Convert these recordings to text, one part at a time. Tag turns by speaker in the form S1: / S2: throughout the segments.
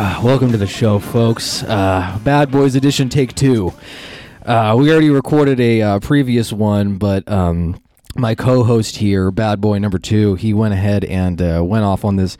S1: Uh, Welcome to the show, folks. Uh, Bad Boys Edition Take Two. Uh, we already recorded a uh, previous one, but um, my co host here, Bad Boy Number Two, he went ahead and uh, went off on this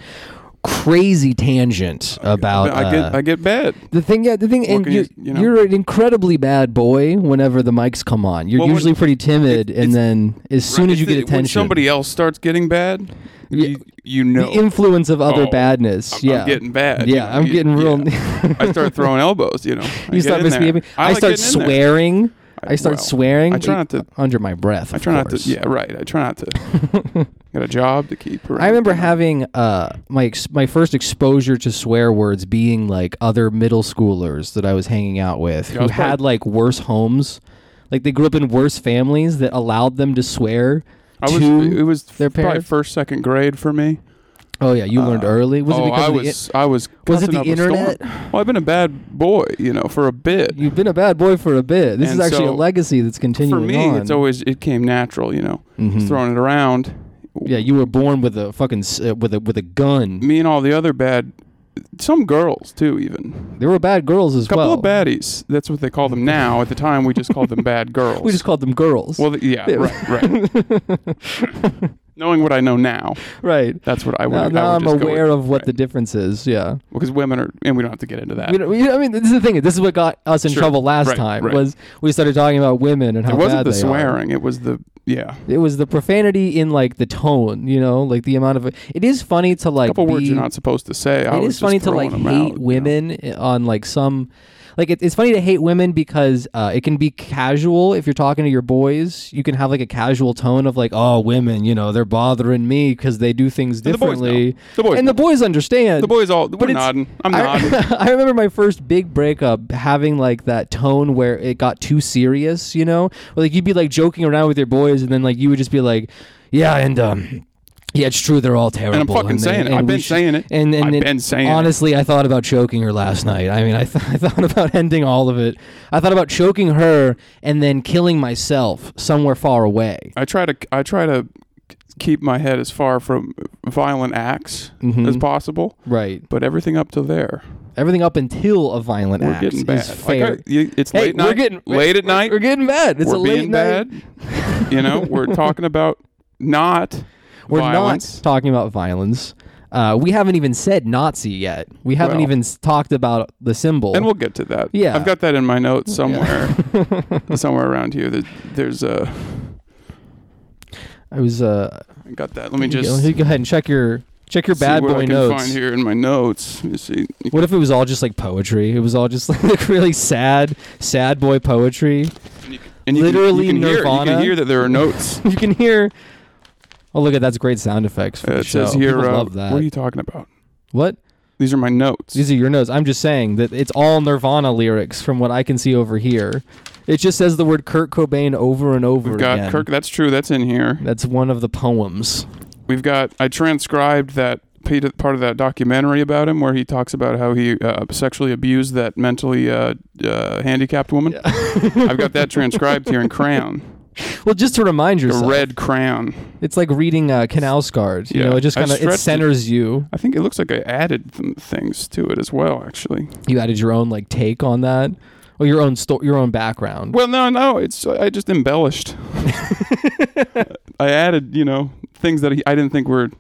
S1: crazy tangent about.
S2: I
S1: uh,
S2: get I get bad.
S1: the thing, yeah, the thing, and
S2: can
S1: you,
S2: you- you know?
S1: are an incredibly bad boy. Whenever the mics come on, you're
S2: Well, when-
S1: usually pretty timid, and
S2: it's-
S1: then as soon as
S2: It's
S1: you
S2: the-
S1: get
S2: when
S1: attention,
S2: somebody else starts getting bad,
S1: Yeah.
S2: you, you know
S1: the influence of other
S2: Oh,
S1: badness.
S2: I'm,
S1: yeah,
S2: I'm getting bad. you
S1: Yeah,
S2: know,
S1: I'm
S2: you-
S1: getting real.
S2: yeah. I start throwing elbows. You know, I
S1: you
S2: get
S1: start
S2: in there.
S1: misbehaving. I,
S2: like
S1: start
S2: getting in there.
S1: swearing. I start
S2: well,
S1: swearing.
S2: I try not to-
S1: under my breath.
S2: I
S1: of
S2: try not to.
S1: course.
S2: Yeah, right. I try not to. got a job to keep. around,
S1: I remember
S2: you know.
S1: having uh, my ex- my first exposure to swear words being like other middle schoolers that I was hanging out with
S2: I
S1: who
S2: was probably-
S1: had like worse homes, like they grew up in worse families that allowed them to swear.
S2: I was,
S1: to
S2: it was
S1: their
S2: probably
S1: parents?
S2: first second grade for me.
S1: oh yeah, you learned early. Was
S2: oh,
S1: it because
S2: I
S1: of the
S2: was I was
S1: Was it
S2: cussing
S1: the
S2: up a storm. Well, I've been a bad boy, you know, for a bit.
S1: in- you've been a bad boy for a bit. This
S2: And
S1: is actually
S2: so,
S1: a legacy that's
S2: for
S1: continuing
S2: me,
S1: on.
S2: it's always it came natural, you know,
S1: Mhm.
S2: throwing it around.
S1: yeah, you were born with a fucking s- uh, with a with a gun.
S2: me and all the other bad, some girls too, even
S1: There were bad girls as
S2: a couple
S1: well.
S2: of baddies. That's what they call them now. At the time, we just called them bad girls.
S1: We just called them girls.
S2: well, th- yeah, right, right. Knowing what I know now,
S1: right.
S2: that's what I would.
S1: Now,
S2: I
S1: now
S2: would
S1: I'm
S2: just go
S1: aware
S2: with,
S1: of what
S2: right.
S1: the difference is. Yeah.
S2: because women are, and we don't have to get into that.
S1: We don't, we, I mean, this is the thing. This is what got us in
S2: Sure.
S1: trouble last
S2: Right,
S1: time.
S2: right.
S1: Was we started talking about women and how
S2: it
S1: bad
S2: wasn't the
S1: they Are.
S2: swearing; it was the yeah.
S1: It was the profanity in like the tone. You know, like the amount of. It is funny to
S2: A
S1: like.
S2: couple words
S1: be-
S2: you're not supposed to say. I
S1: It
S2: was
S1: is funny
S2: just
S1: to like
S2: throwing
S1: hate
S2: them out, you know.
S1: women on like some like it, it's funny to hate women because uh, it can be casual if you're talking to your boys you can have like a casual tone of like oh women you know they're bothering me because they do things
S2: the boys know.
S1: differently
S2: The boys
S1: and the boys understand
S2: The boys all we're
S1: it's-
S2: nodding. I'm nodding.
S1: I, I remember my first big breakup having like that tone where it got too serious, you know? Where, like you'd be like joking around with your boys and then like you would just be like, Yeah, and um yeah, it's true. They're all terrible.
S2: fucking
S1: they-
S2: saying it. I've
S1: we
S2: been saying it.
S1: And, and
S2: I've
S1: it-
S2: been saying it.
S1: honestly, I thought about choking her last night. I mean, I, th- I thought about ending all of it. I thought about choking her and then killing myself somewhere far away.
S2: I try to I try to keep my head as far from violent acts as
S1: Mhm.
S2: possible,
S1: Right.
S2: but everything up to there,
S1: Everything up until a violent
S2: we're
S1: act
S2: getting bad.
S1: is
S2: Like,
S1: fair.
S2: I- you- it's
S1: Hey,
S2: late night.
S1: we're getting
S2: late at
S1: we're-
S2: night.
S1: We're getting bad. It's
S2: we're
S1: a late
S2: being
S1: night.
S2: bad. you know, we're talking about not
S1: We're
S2: violence.
S1: not talking about violence. Uh, we haven't even said Nazi yet. We haven't
S2: Well.
S1: even s- talked about the symbol.
S2: and we'll get to that.
S1: Yeah.
S2: I've got that in my notes somewhere, somewhere around here. There, there's a.
S1: I was. Uh,
S2: I got that. Let me
S1: you
S2: just
S1: know, go ahead and check your check your
S2: see
S1: bad
S2: what
S1: boy
S2: I can
S1: notes.
S2: find here in my notes. Let me see.
S1: What if it was all just like poetry? It was all just like really sad, sad boy poetry.
S2: And you can, and you can-
S1: Literally
S2: you can, hear, you
S1: Nirvana.
S2: can hear that there are notes.
S1: You can hear. Oh look at that's great sound effects for
S2: Uh,
S1: the
S2: it says
S1: show.
S2: here.
S1: People
S2: Uh,
S1: love that.
S2: What are you talking about?
S1: what?
S2: These are my notes.
S1: These are your notes. I'm just saying that it's all Nirvana lyrics from what I can see over here. It just says the word Kurt Cobain over and over
S2: We've got
S1: again.
S2: Kirk. That's true. That's in here.
S1: That's one of the poems.
S2: We've got. I transcribed that pe- part of that documentary about him where he talks about how he uh, sexually abused that mentally uh, uh, handicapped woman. I've got that transcribed here in crayon,
S1: Well, just to remind
S2: the
S1: yourself,
S2: red crayon.
S1: it's like reading uh, Canal Scarred. You
S2: Yeah.
S1: know, it just
S2: I
S1: kind of it
S2: stretched it.
S1: centers you.
S2: I think it looks like I added th- things to it as well, actually.
S1: You added your own like take on that, or your own sto- your own background.
S2: Well, no, no, it's I just embellished. I added, you know, things that he, I didn't think were.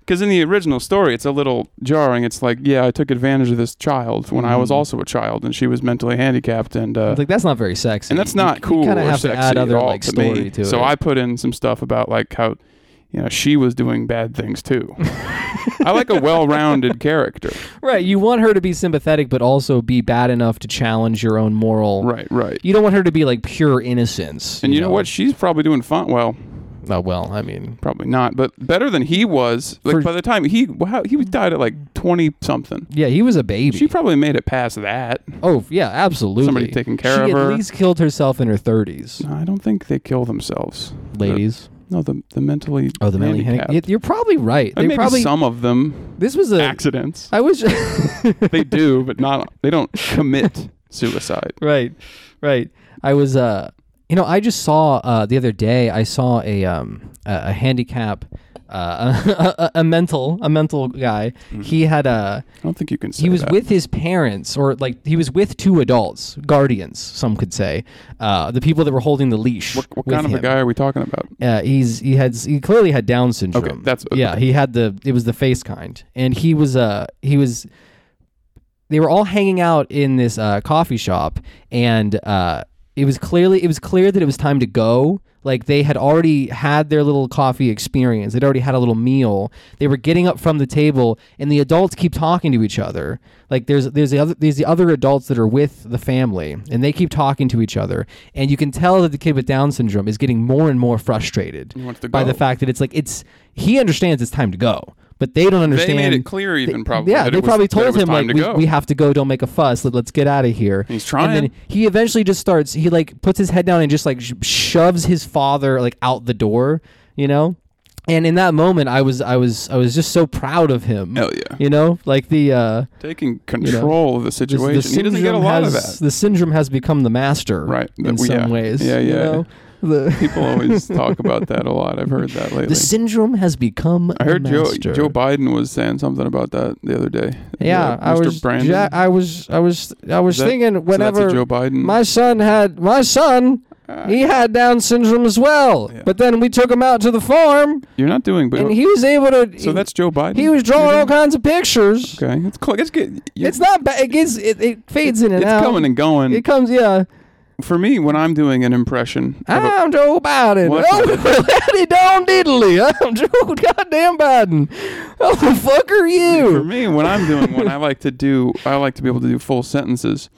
S2: Because in the original story, it's a little jarring. It's like, yeah, I took advantage of this child when I was
S1: Mhm.
S2: also a child, and she was mentally handicapped, and uh,
S1: It's like that's not very sexy.
S2: and that's not
S1: you,
S2: cool.
S1: You kind
S2: or
S1: of have to
S2: sexy at
S1: add other
S2: all
S1: like
S2: to
S1: story
S2: me.
S1: to it.
S2: So I put in some stuff about like how, you know, she was doing bad things too. I like a well-rounded character.
S1: right, you want her to be sympathetic, but also be bad enough to challenge your own moral.
S2: Right, right.
S1: You don't want her to be like pure innocence.
S2: And you know what? She's probably doing fine. Well,
S1: Oh well, I mean,
S2: probably not, but better than he was. Like
S1: For- Mm-hmm.
S2: by the time he wow, he was died at like twenty something.
S1: yeah, he was a baby.
S2: She probably made it past that.
S1: oh yeah, absolutely.
S2: Somebody taking care
S1: she
S2: of her.
S1: At least killed herself in her thirties,
S2: No, I don't think they kill themselves,
S1: ladies.
S2: No, the the mentally
S1: oh, the mentally
S2: handicapped.
S1: handicapped. You're probably right.
S2: And
S1: They
S2: maybe
S1: probably
S2: some of them
S1: this was a.
S2: accidents.
S1: I was
S2: they do, but not. They don't commit suicide.
S1: right, right. I was uh. You know, I just saw uh, the other day. I saw a um, a, a handicap, uh, a, a, a mental, a mental guy.
S2: Mm-hmm.
S1: He had a
S2: I don't think you can say
S1: he was
S2: that.
S1: with his parents, or like he was with two adults, guardians, some could say, uh, the people that were holding the leash.
S2: What, what
S1: with
S2: kind of a
S1: him.
S2: guy are we talking about?
S1: Uh, he's he had he clearly had Down syndrome.
S2: Okay, that's-
S1: yeah. He had the it was the face kind, and he was uh he was. They were all hanging out in this uh, coffee shop, and uh, it was clearly it was clear that it was time to go. Like they had already had their little coffee experience. They'd already had a little meal. They were getting up from the table, and the adults keep talking to each other. Like there's there's the other there's the other adults that are with the family, and they keep talking to each other. And you can tell that the kid with Down syndrome is getting more and more frustrated
S2: He wants to
S1: by the
S2: go.
S1: fact that it's like it's he understands it's time to go, but they don't
S2: They
S1: understand.
S2: made it clear, even probably.
S1: yeah,
S2: that
S1: they
S2: it was-
S1: probably
S2: that it
S1: told
S2: was
S1: him
S2: time
S1: like
S2: to
S1: we,
S2: go.
S1: we have to go. Don't make a fuss. Let, us get out of here.
S2: He's
S1: And
S2: trying.
S1: then he eventually just starts. He like puts his head down and just like sh- shoves his father like out the door. You know. And in that moment, I was I was I was just so proud of him.
S2: Hell yeah.
S1: You know, like the uh,
S2: taking control of the
S1: the- the
S2: situation. he doesn't get a
S1: syndrome
S2: lot of
S1: has,
S2: that.
S1: The syndrome has become the master,
S2: Right,
S1: In
S2: that we-
S1: some
S2: yeah.
S1: ways,
S2: Yeah,
S1: you
S2: yeah.
S1: know? The,
S2: People always talk about that a lot. I've heard that lately.
S1: the syndrome has become.
S2: I heard
S1: the
S2: Joe
S1: master.
S2: Joe Biden was saying something about that the other day.
S1: Yeah,
S2: Mr.
S1: I was.
S2: Brandon.
S1: Ja- I was. I was. I was
S2: Is that-
S1: thinking
S2: So that's a
S1: whenever
S2: Joe Biden. Uh,
S1: my son had my son, he had Down syndrome as well.
S2: Yeah.
S1: But then we took him out to the farm,
S2: You're not doing, but
S1: and he was able to.
S2: so that's Joe Biden.
S1: he was drawing all
S2: You're
S1: kinds of pictures.
S2: doing- Okay, it's cool. It's good. You-
S1: It's not bad. It gets. It, it fades in and
S2: it's
S1: out.
S2: coming and going.
S1: It comes. Yeah.
S2: For me, when I'm doing an impression, of a-
S1: I'm Joe Biden.
S2: What?
S1: Oh, Letty Don Diddley. I'm Joe Goddamn Biden. Oh, the fuck are
S2: for
S1: you?
S2: me, when I'm doing one, I like to do. I like to be able to do full sentences.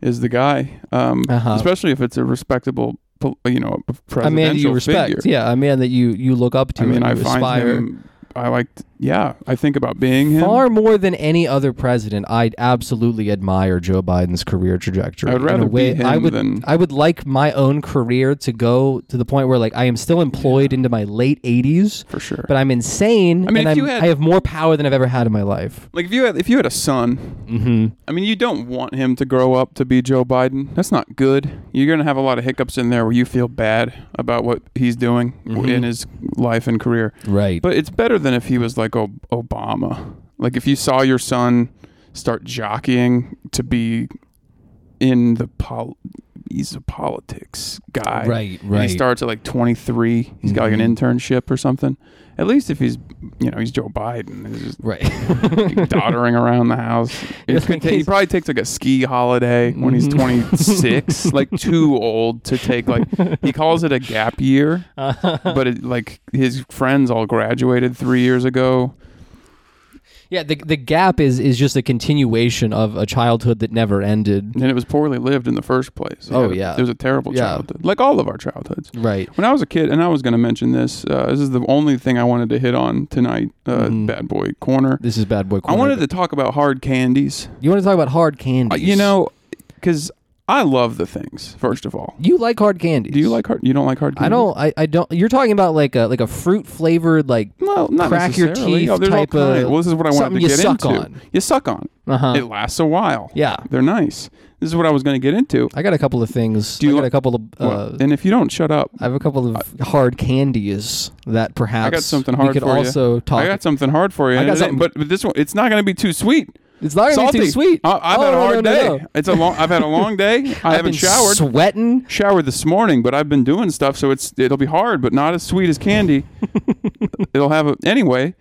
S2: Is the guy, um,
S1: Uh-huh.
S2: especially if it's a respectable, pol- you know, presidential
S1: A man you respect.
S2: figure.
S1: Yeah, a man that you you look up to
S2: I mean,
S1: and
S2: I
S1: you
S2: find
S1: aspire.
S2: him. I like. Yeah, I think about being him.
S1: Far more than any other president, I absolutely admire Joe Biden's career trajectory.
S2: I would
S1: In a
S2: rather be
S1: way- I
S2: him
S1: would,
S2: than-
S1: I would like my own career to go to the point where, like, I am still employed into my late eighties,
S2: for sure.
S1: but I'm insane.
S2: I mean, if
S1: and I'm,
S2: you had-
S1: I have more power than I've ever had in my life.
S2: like if you had if you had a son,
S1: Mm-hmm.
S2: I mean, you don't want him to grow up to be Joe Biden. That's not good. You're going to have a lot of hiccups in there where you feel bad about what he's doing w
S1: Mhm.
S2: in his life and career.
S1: Right.
S2: But it's better than if he was like Ob- Obama. Like if you saw your son start jockeying to be in the pol- he's a politics guy.
S1: right.
S2: And he starts at like 23. He's got like an
S1: Mhm.
S2: internship or something. At least if he's, you know, he's Joe Biden. He's just
S1: right.
S2: doddering around the house.
S1: You're
S2: It could
S1: like,
S2: ta- he
S1: he's-
S2: probably takes like a ski holiday when he's
S1: Mhm.
S2: 26, like too old to take like he calls it a gap year, but it, like his friends all graduated 3 years ago.
S1: Yeah, the the gap is is just a continuation of a childhood that never ended.
S2: And it was poorly lived in the first place. He
S1: Oh,
S2: had a-
S1: yeah.
S2: It was a terrible
S1: Yeah.
S2: childhood. Like all of our childhoods.
S1: Right.
S2: When I was a kid, and I was going to mention this, uh, this is the only thing I wanted to hit on tonight, uh,
S1: Mhm.
S2: Bad Boy Corner.
S1: This is bad boy.
S2: I
S1: Corner.
S2: wanted to talk about hard candies.
S1: You want to talk about hard
S2: Uh,
S1: candies?
S2: you know, because I love the things, first of all.
S1: you like hard candies.
S2: Do you like hard? You don't like hard candy?
S1: I don't. I, I don't. You're talking about like a like a fruit flavored like
S2: Well, not
S1: crack your
S2: necessarily.
S1: teeth
S2: oh, there's all
S1: type of-
S2: kinds. Well, this is what I wanted
S1: something
S2: to
S1: you
S2: get
S1: suck
S2: into.
S1: on.
S2: You suck on.
S1: Uh
S2: It
S1: huh.
S2: lasts a while.
S1: Yeah.
S2: They're nice. This is what I was going to get into.
S1: I got a couple of things.
S2: Do you
S1: I got
S2: want-
S1: a couple of.
S2: Well,
S1: Uh,
S2: and if you don't shut up,
S1: I have a couple of hard candies that perhaps
S2: something hard
S1: we could
S2: for you.
S1: also talk.
S2: I got something hard for you.
S1: I got
S2: And it-
S1: something-
S2: But, but this one, it's not going to be too sweet.
S1: it's not gonna
S2: Salty.
S1: be too sweet.
S2: I, I've
S1: Oh,
S2: had a
S1: no,
S2: hard
S1: no,
S2: day.
S1: no, no.
S2: It's a long. I've had a long day. I
S1: I've
S2: haven't
S1: been
S2: showered.
S1: Sweating.
S2: showered this morning, but I've been doing stuff, so it's it'll be hard, but not as sweet as candy. it'll have a anyway.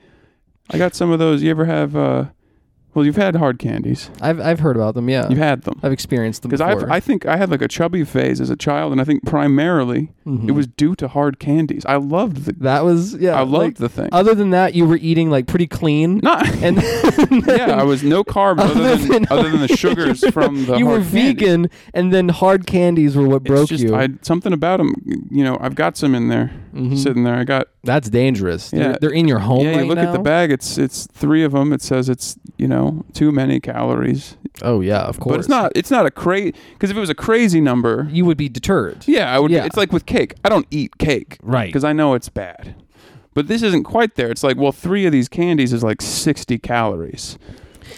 S2: I got some of those. You ever have? uh Well, you've had hard candies.
S1: I've I've heard about them. Yeah.
S2: You've had them.
S1: I've experienced them
S2: Because I,
S1: Uh, before.
S2: I think I had like a chubby phase as a child, and I think primarily
S1: Mhm.
S2: it was due to hard candies. I loved the,
S1: That was yeah.
S2: I loved
S1: like,
S2: the thing.
S1: other than that, you were eating like pretty clean,
S2: Not,
S1: and
S2: yeah, I was no carbs other,
S1: Other
S2: than,
S1: than
S2: other than the sugars from the
S1: you were
S2: hard candies.
S1: vegan, and then hard candies were what
S2: It's
S1: broke
S2: just,
S1: you.
S2: I, something about them, you know. I've got some in there,
S1: Mhm.
S2: sitting there. I got.
S1: That's dangerous.
S2: Yeah.
S1: They're, they're in your home
S2: yeah, you
S1: right
S2: look
S1: now.
S2: at the bag. It's it's three of them. It says it's you know too many calories,
S1: Oh yeah, of course.
S2: but it's not. It's not a crazy because if it was a crazy number,
S1: You would be deterred.
S2: yeah, I would.
S1: Yeah.
S2: It's like with cake. I don't eat cake.
S1: Right.
S2: because I know it's bad. But this isn't quite there. It's like, well, three of these candies is like 60 calories.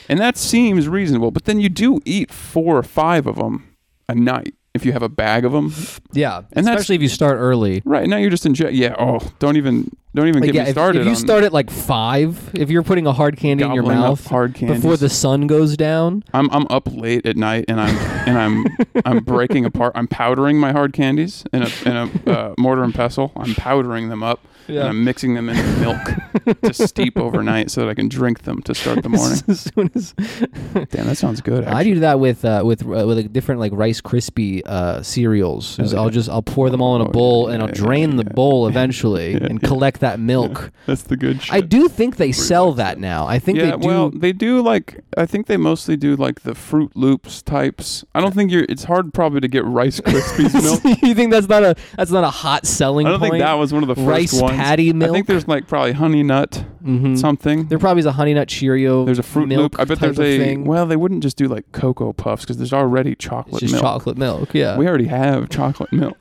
S2: And that seems reasonable. But then you do eat four or five of them a night. if you have a bag of them.
S1: Yeah,
S2: And that's-
S1: especially if you start early.
S2: Right now you're just in jail. Yeah. Oh, don't even don't even
S1: Like,
S2: get
S1: yeah,
S2: me
S1: if,
S2: started.
S1: if you
S2: on
S1: start at like five, if you're putting a hard candy in your
S2: gobbling up
S1: mouth
S2: hard
S1: before
S2: candies.
S1: the sun goes down,
S2: I'm I'm up late at night and I'm and I'm I'm breaking apart. I'm powdering my hard candies in a in a uh, mortar and pestle. I'm powdering them up
S1: Yeah.
S2: and I'm mixing them into milk to steep overnight so that I can drink them to start the morning.
S1: as soon as
S2: Damn, that sounds good.
S1: I
S2: actually.
S1: do that with uh, with uh, with like different like Rice crispy uh, cereals.
S2: Oh,
S1: Is I'll
S2: yeah.
S1: just I'll pour them all in
S2: Oh,
S1: a
S2: yeah,
S1: bowl and
S2: yeah,
S1: I'll
S2: yeah,
S1: drain the
S2: yeah.
S1: bowl eventually
S2: Yeah,
S1: and
S2: yeah.
S1: collect that milk.
S2: That's the good shit.
S1: I do think they
S2: Fruit
S1: sell
S2: Loops.
S1: that now. I think
S2: yeah,
S1: they do.
S2: well, they do like I think they mostly do like the Fruit Loops types. I don't think you're. It's hard probably to get Rice Krispies milk.
S1: you think that's not a that's not a hot selling
S2: I don't
S1: point?
S2: think that was one of the first
S1: Rice
S2: ones.
S1: patty
S2: I
S1: milk.
S2: think there's like probably honey nut
S1: Mhm.
S2: something.
S1: There probably is a Honey Nut Cheerio.
S2: There's a fruit
S1: milk
S2: loop. I bet
S1: type
S2: there's
S1: of
S2: a
S1: thing.
S2: well. They wouldn't just do like cocoa puffs because there's already
S1: it's
S2: chocolate
S1: just
S2: milk.
S1: chocolate milk. Yeah.
S2: We already have chocolate milk.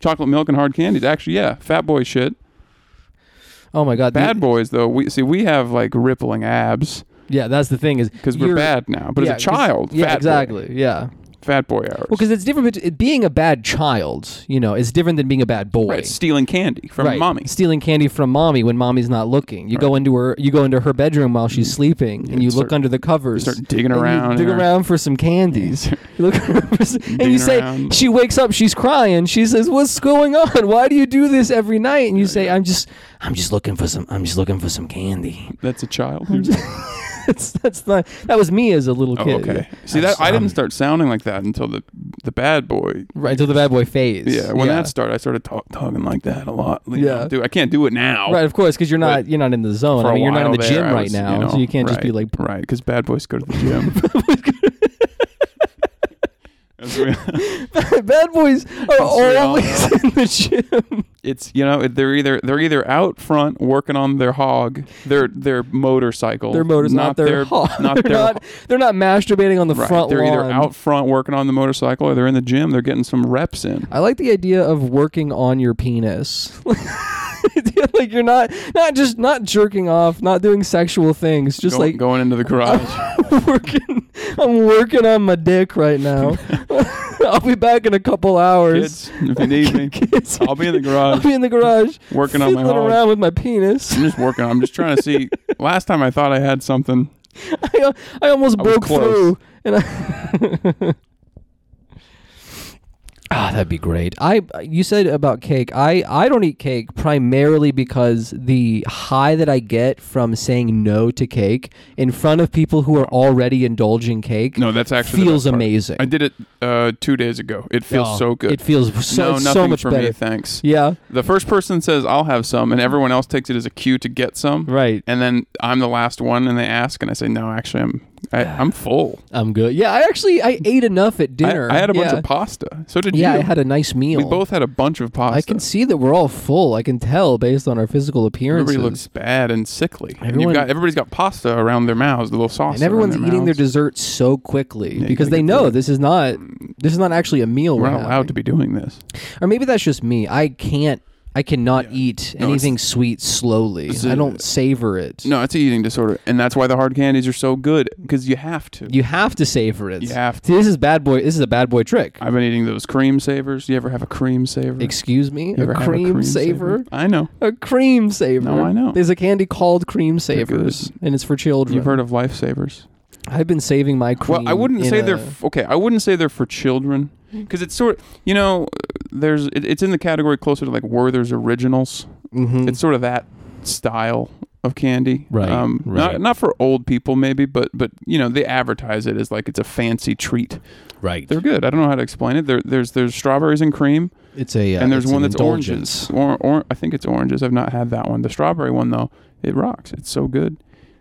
S2: chocolate milk and hard candies. Actually, yeah, fat boy shit.
S1: oh my god. the-
S2: Bad boys though. We see we have like rippling abs
S1: yeah, that's the thing is
S2: because we're
S1: you're-
S2: bad now. But
S1: yeah,
S2: as a
S1: 'cause-
S2: child,
S1: Yeah,
S2: fat boy.
S1: exactly. Yeah.
S2: fat boy hours.
S1: Well, because it's different. bet- Being a bad child, you know, is different than being a bad boy.
S2: right, stealing candy from
S1: Right.
S2: mommy.
S1: Stealing candy from mommy when mommy's not looking. You go into her. You go into her bedroom while
S2: Mm.
S1: she's sleeping, and you
S2: start-
S1: look under the covers.
S2: Start digging
S1: and you
S2: around.
S1: dig
S2: in her-
S1: around for some candies. You look around for some- and you
S2: Digging
S1: say
S2: around.
S1: she wakes up, she's crying. She says, "What's going on? Why do you do this every night?" And you say, "I'm just, I'm just looking for some, I'm just looking for some candy."
S2: That's a child.
S1: that's that's not. That was me as a little
S2: Oh,
S1: kid.
S2: okay. See that I didn't start sounding like that until the the bad boy
S1: right until the bad boy phase.
S2: Yeah, when that started, I started talk, talking like that a lot. You
S1: Yeah.
S2: know, dude, I can't do it now.
S1: Right, of course, because you're not you're not in the zone.
S2: For
S1: I
S2: a
S1: mean, you're not in
S2: while
S1: the
S2: there,
S1: gym
S2: I
S1: right
S2: was,
S1: now,
S2: you know,
S1: so you can't just be
S2: right,
S1: like,
S2: right, because bad boys go to the gym. That's real.
S1: "Bad boys are
S2: Sorry, I'll-
S1: always in the gym."
S2: it's you know they're either they're either out front working on their hog, their their motorcycle,
S1: Their motors, not, their, hog.
S2: not
S1: they're
S2: their
S1: not they're not masturbating on the
S2: right.
S1: front
S2: They're
S1: lawn.
S2: either out front working on the motorcycle or they're in the gym. They're getting some reps in.
S1: I like the idea of working on your penis. like you're not not just not jerking off, not doing sexual things, just
S2: going,
S1: like
S2: going into the garage.
S1: working I'm working on my dick right now. I'll be back in a couple hours.
S2: Kids, if you need me,
S1: Kids,
S2: I'll be in the
S1: I'll
S2: garage
S1: be in the garage
S2: working on my
S1: fiddling
S2: hog.
S1: around with my penis.
S2: I'm just working. I'm just trying to see. Last time I thought I had something.
S1: I, I almost
S2: I was
S1: broke
S2: close.
S1: through and I Ah, that'd be great. I you said about cake. I I don't eat cake primarily because the high that I get from saying no to cake in front of people who are already indulging cake
S2: No, that's actually the
S1: feels
S2: best part.
S1: amazing.
S2: I did it uh, two days ago. It feels
S1: Oh,
S2: so good.
S1: It feels so
S2: no, nothing
S1: so much
S2: for
S1: better.
S2: me, thanks.
S1: Yeah.
S2: The first person says I'll have some, and everyone else takes it as a cue to get some.
S1: Right.
S2: And then I'm the last one, and they ask, and I say, "No, actually, I'm I, I'm full.
S1: I'm good. Yeah, I actually I ate enough at
S2: I-
S1: dinner.
S2: I, had a bunch
S1: yeah.
S2: of pasta. So did
S1: Yeah,
S2: you?
S1: I had a nice meal.
S2: we both had a bunch of pasta.
S1: I can see that we're all full. I can tell based on our physical appearances.
S2: Everybody looks bad and sickly. and you've
S1: Everyone-
S2: got everybody's got pasta around their mouths, the little sauce.
S1: and everyone's
S2: around
S1: eating their
S2: mouths.
S1: dessert so quickly
S2: you
S1: because
S2: gotta
S1: they
S2: get
S1: know
S2: through it.
S1: this is not this is not actually a meal.
S2: We're
S1: We're,
S2: not allowed to be doing this.
S1: or maybe that's just me. I can't. I cannot eat
S2: No,
S1: anything sweet slowly.
S2: it's
S1: I
S2: a-
S1: don't savor it.
S2: No, it's an eating disorder, and that's why the hard candies are so good because you have to.
S1: you have to savor it.
S2: You have to.
S1: See, this is bad boy. This is a bad boy trick.
S2: I've been eating those cream savers. You ever have a cream saver?
S1: Excuse me,
S2: you
S1: a
S2: ever have
S1: cream, saver.
S2: I know.
S1: A cream saver.
S2: No, I know.
S1: There's a candy called cream
S2: They're good.
S1: savers, and it's for children.
S2: You've heard of lifesavers.
S1: I've been saving my cream.
S2: Well, I wouldn't
S1: in
S2: say
S1: a- Mm-hmm.
S2: they're f- okay. I wouldn't say they're for children because it's sort of you know there's it, it's in the category closer to like Werther's Originals.
S1: Mhm.
S2: It's sort of that style of candy, Um,
S1: Right, right.
S2: Not not for old people maybe, but but you know they advertise it as like it's a fancy treat.
S1: right.
S2: They're good. I don't know how to explain it. There, there's there's strawberries and cream.
S1: It's a uh,
S2: and there's
S1: it's
S2: one
S1: an
S2: that's
S1: indulgence.
S2: oranges. Or, or I think it's oranges. I've not had that one. The strawberry one though, it rocks. It's so good.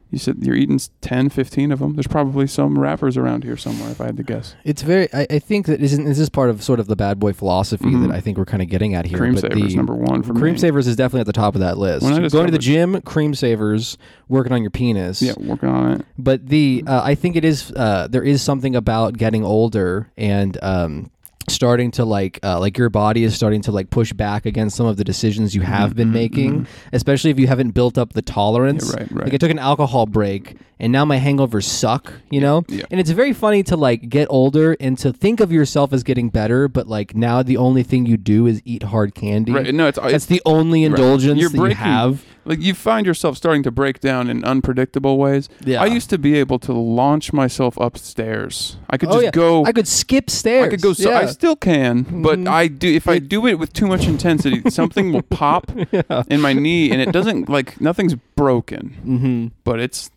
S2: You said you're eating s- 10, 15 of them. There's probably some wrappers around here somewhere if I had to guess.
S1: It's very. I, I think that isn't. This is part of sort of the bad boy philosophy
S2: Mhm.
S1: that I think we're kind of getting at here.
S2: cream
S1: but
S2: savers
S1: the,
S2: number 1 for
S1: cream
S2: me.
S1: savers is definitely at the top of that list.
S2: When I
S1: Going to the
S2: discovered-
S1: gym, cream savers, working on your penis.
S2: Yeah, working on it.
S1: But the uh, I think it is. Uh, there is something about getting older and um, starting to like uh, like your body is starting to like push back against some of the decisions you have been making, especially if you haven't built up the tolerance.
S2: Mm-hmm, Yeah, right, right.
S1: Like I took an alcohol break and now my hangovers suck, you know?
S2: yeah.
S1: And it's very funny to like get older and to think of yourself as getting better, but like now the only thing you do is eat hard candy.
S2: Right. No, it's
S1: That's
S2: it's
S1: the only indulgence
S2: You're
S1: that you
S2: breaking-
S1: have.
S2: like you find yourself starting to break down in unpredictable ways.
S1: Yeah.
S2: I used to be able to launch myself upstairs. I could
S1: Oh,
S2: just
S1: yeah.
S2: go.
S1: I could skip stairs.
S2: I could go. So I still can, but
S1: Mm-hmm.
S2: I do. If I do it with too much intensity, something will pop in my knee, and it doesn't like nothing's broken,
S1: mm-hmm.
S2: but it's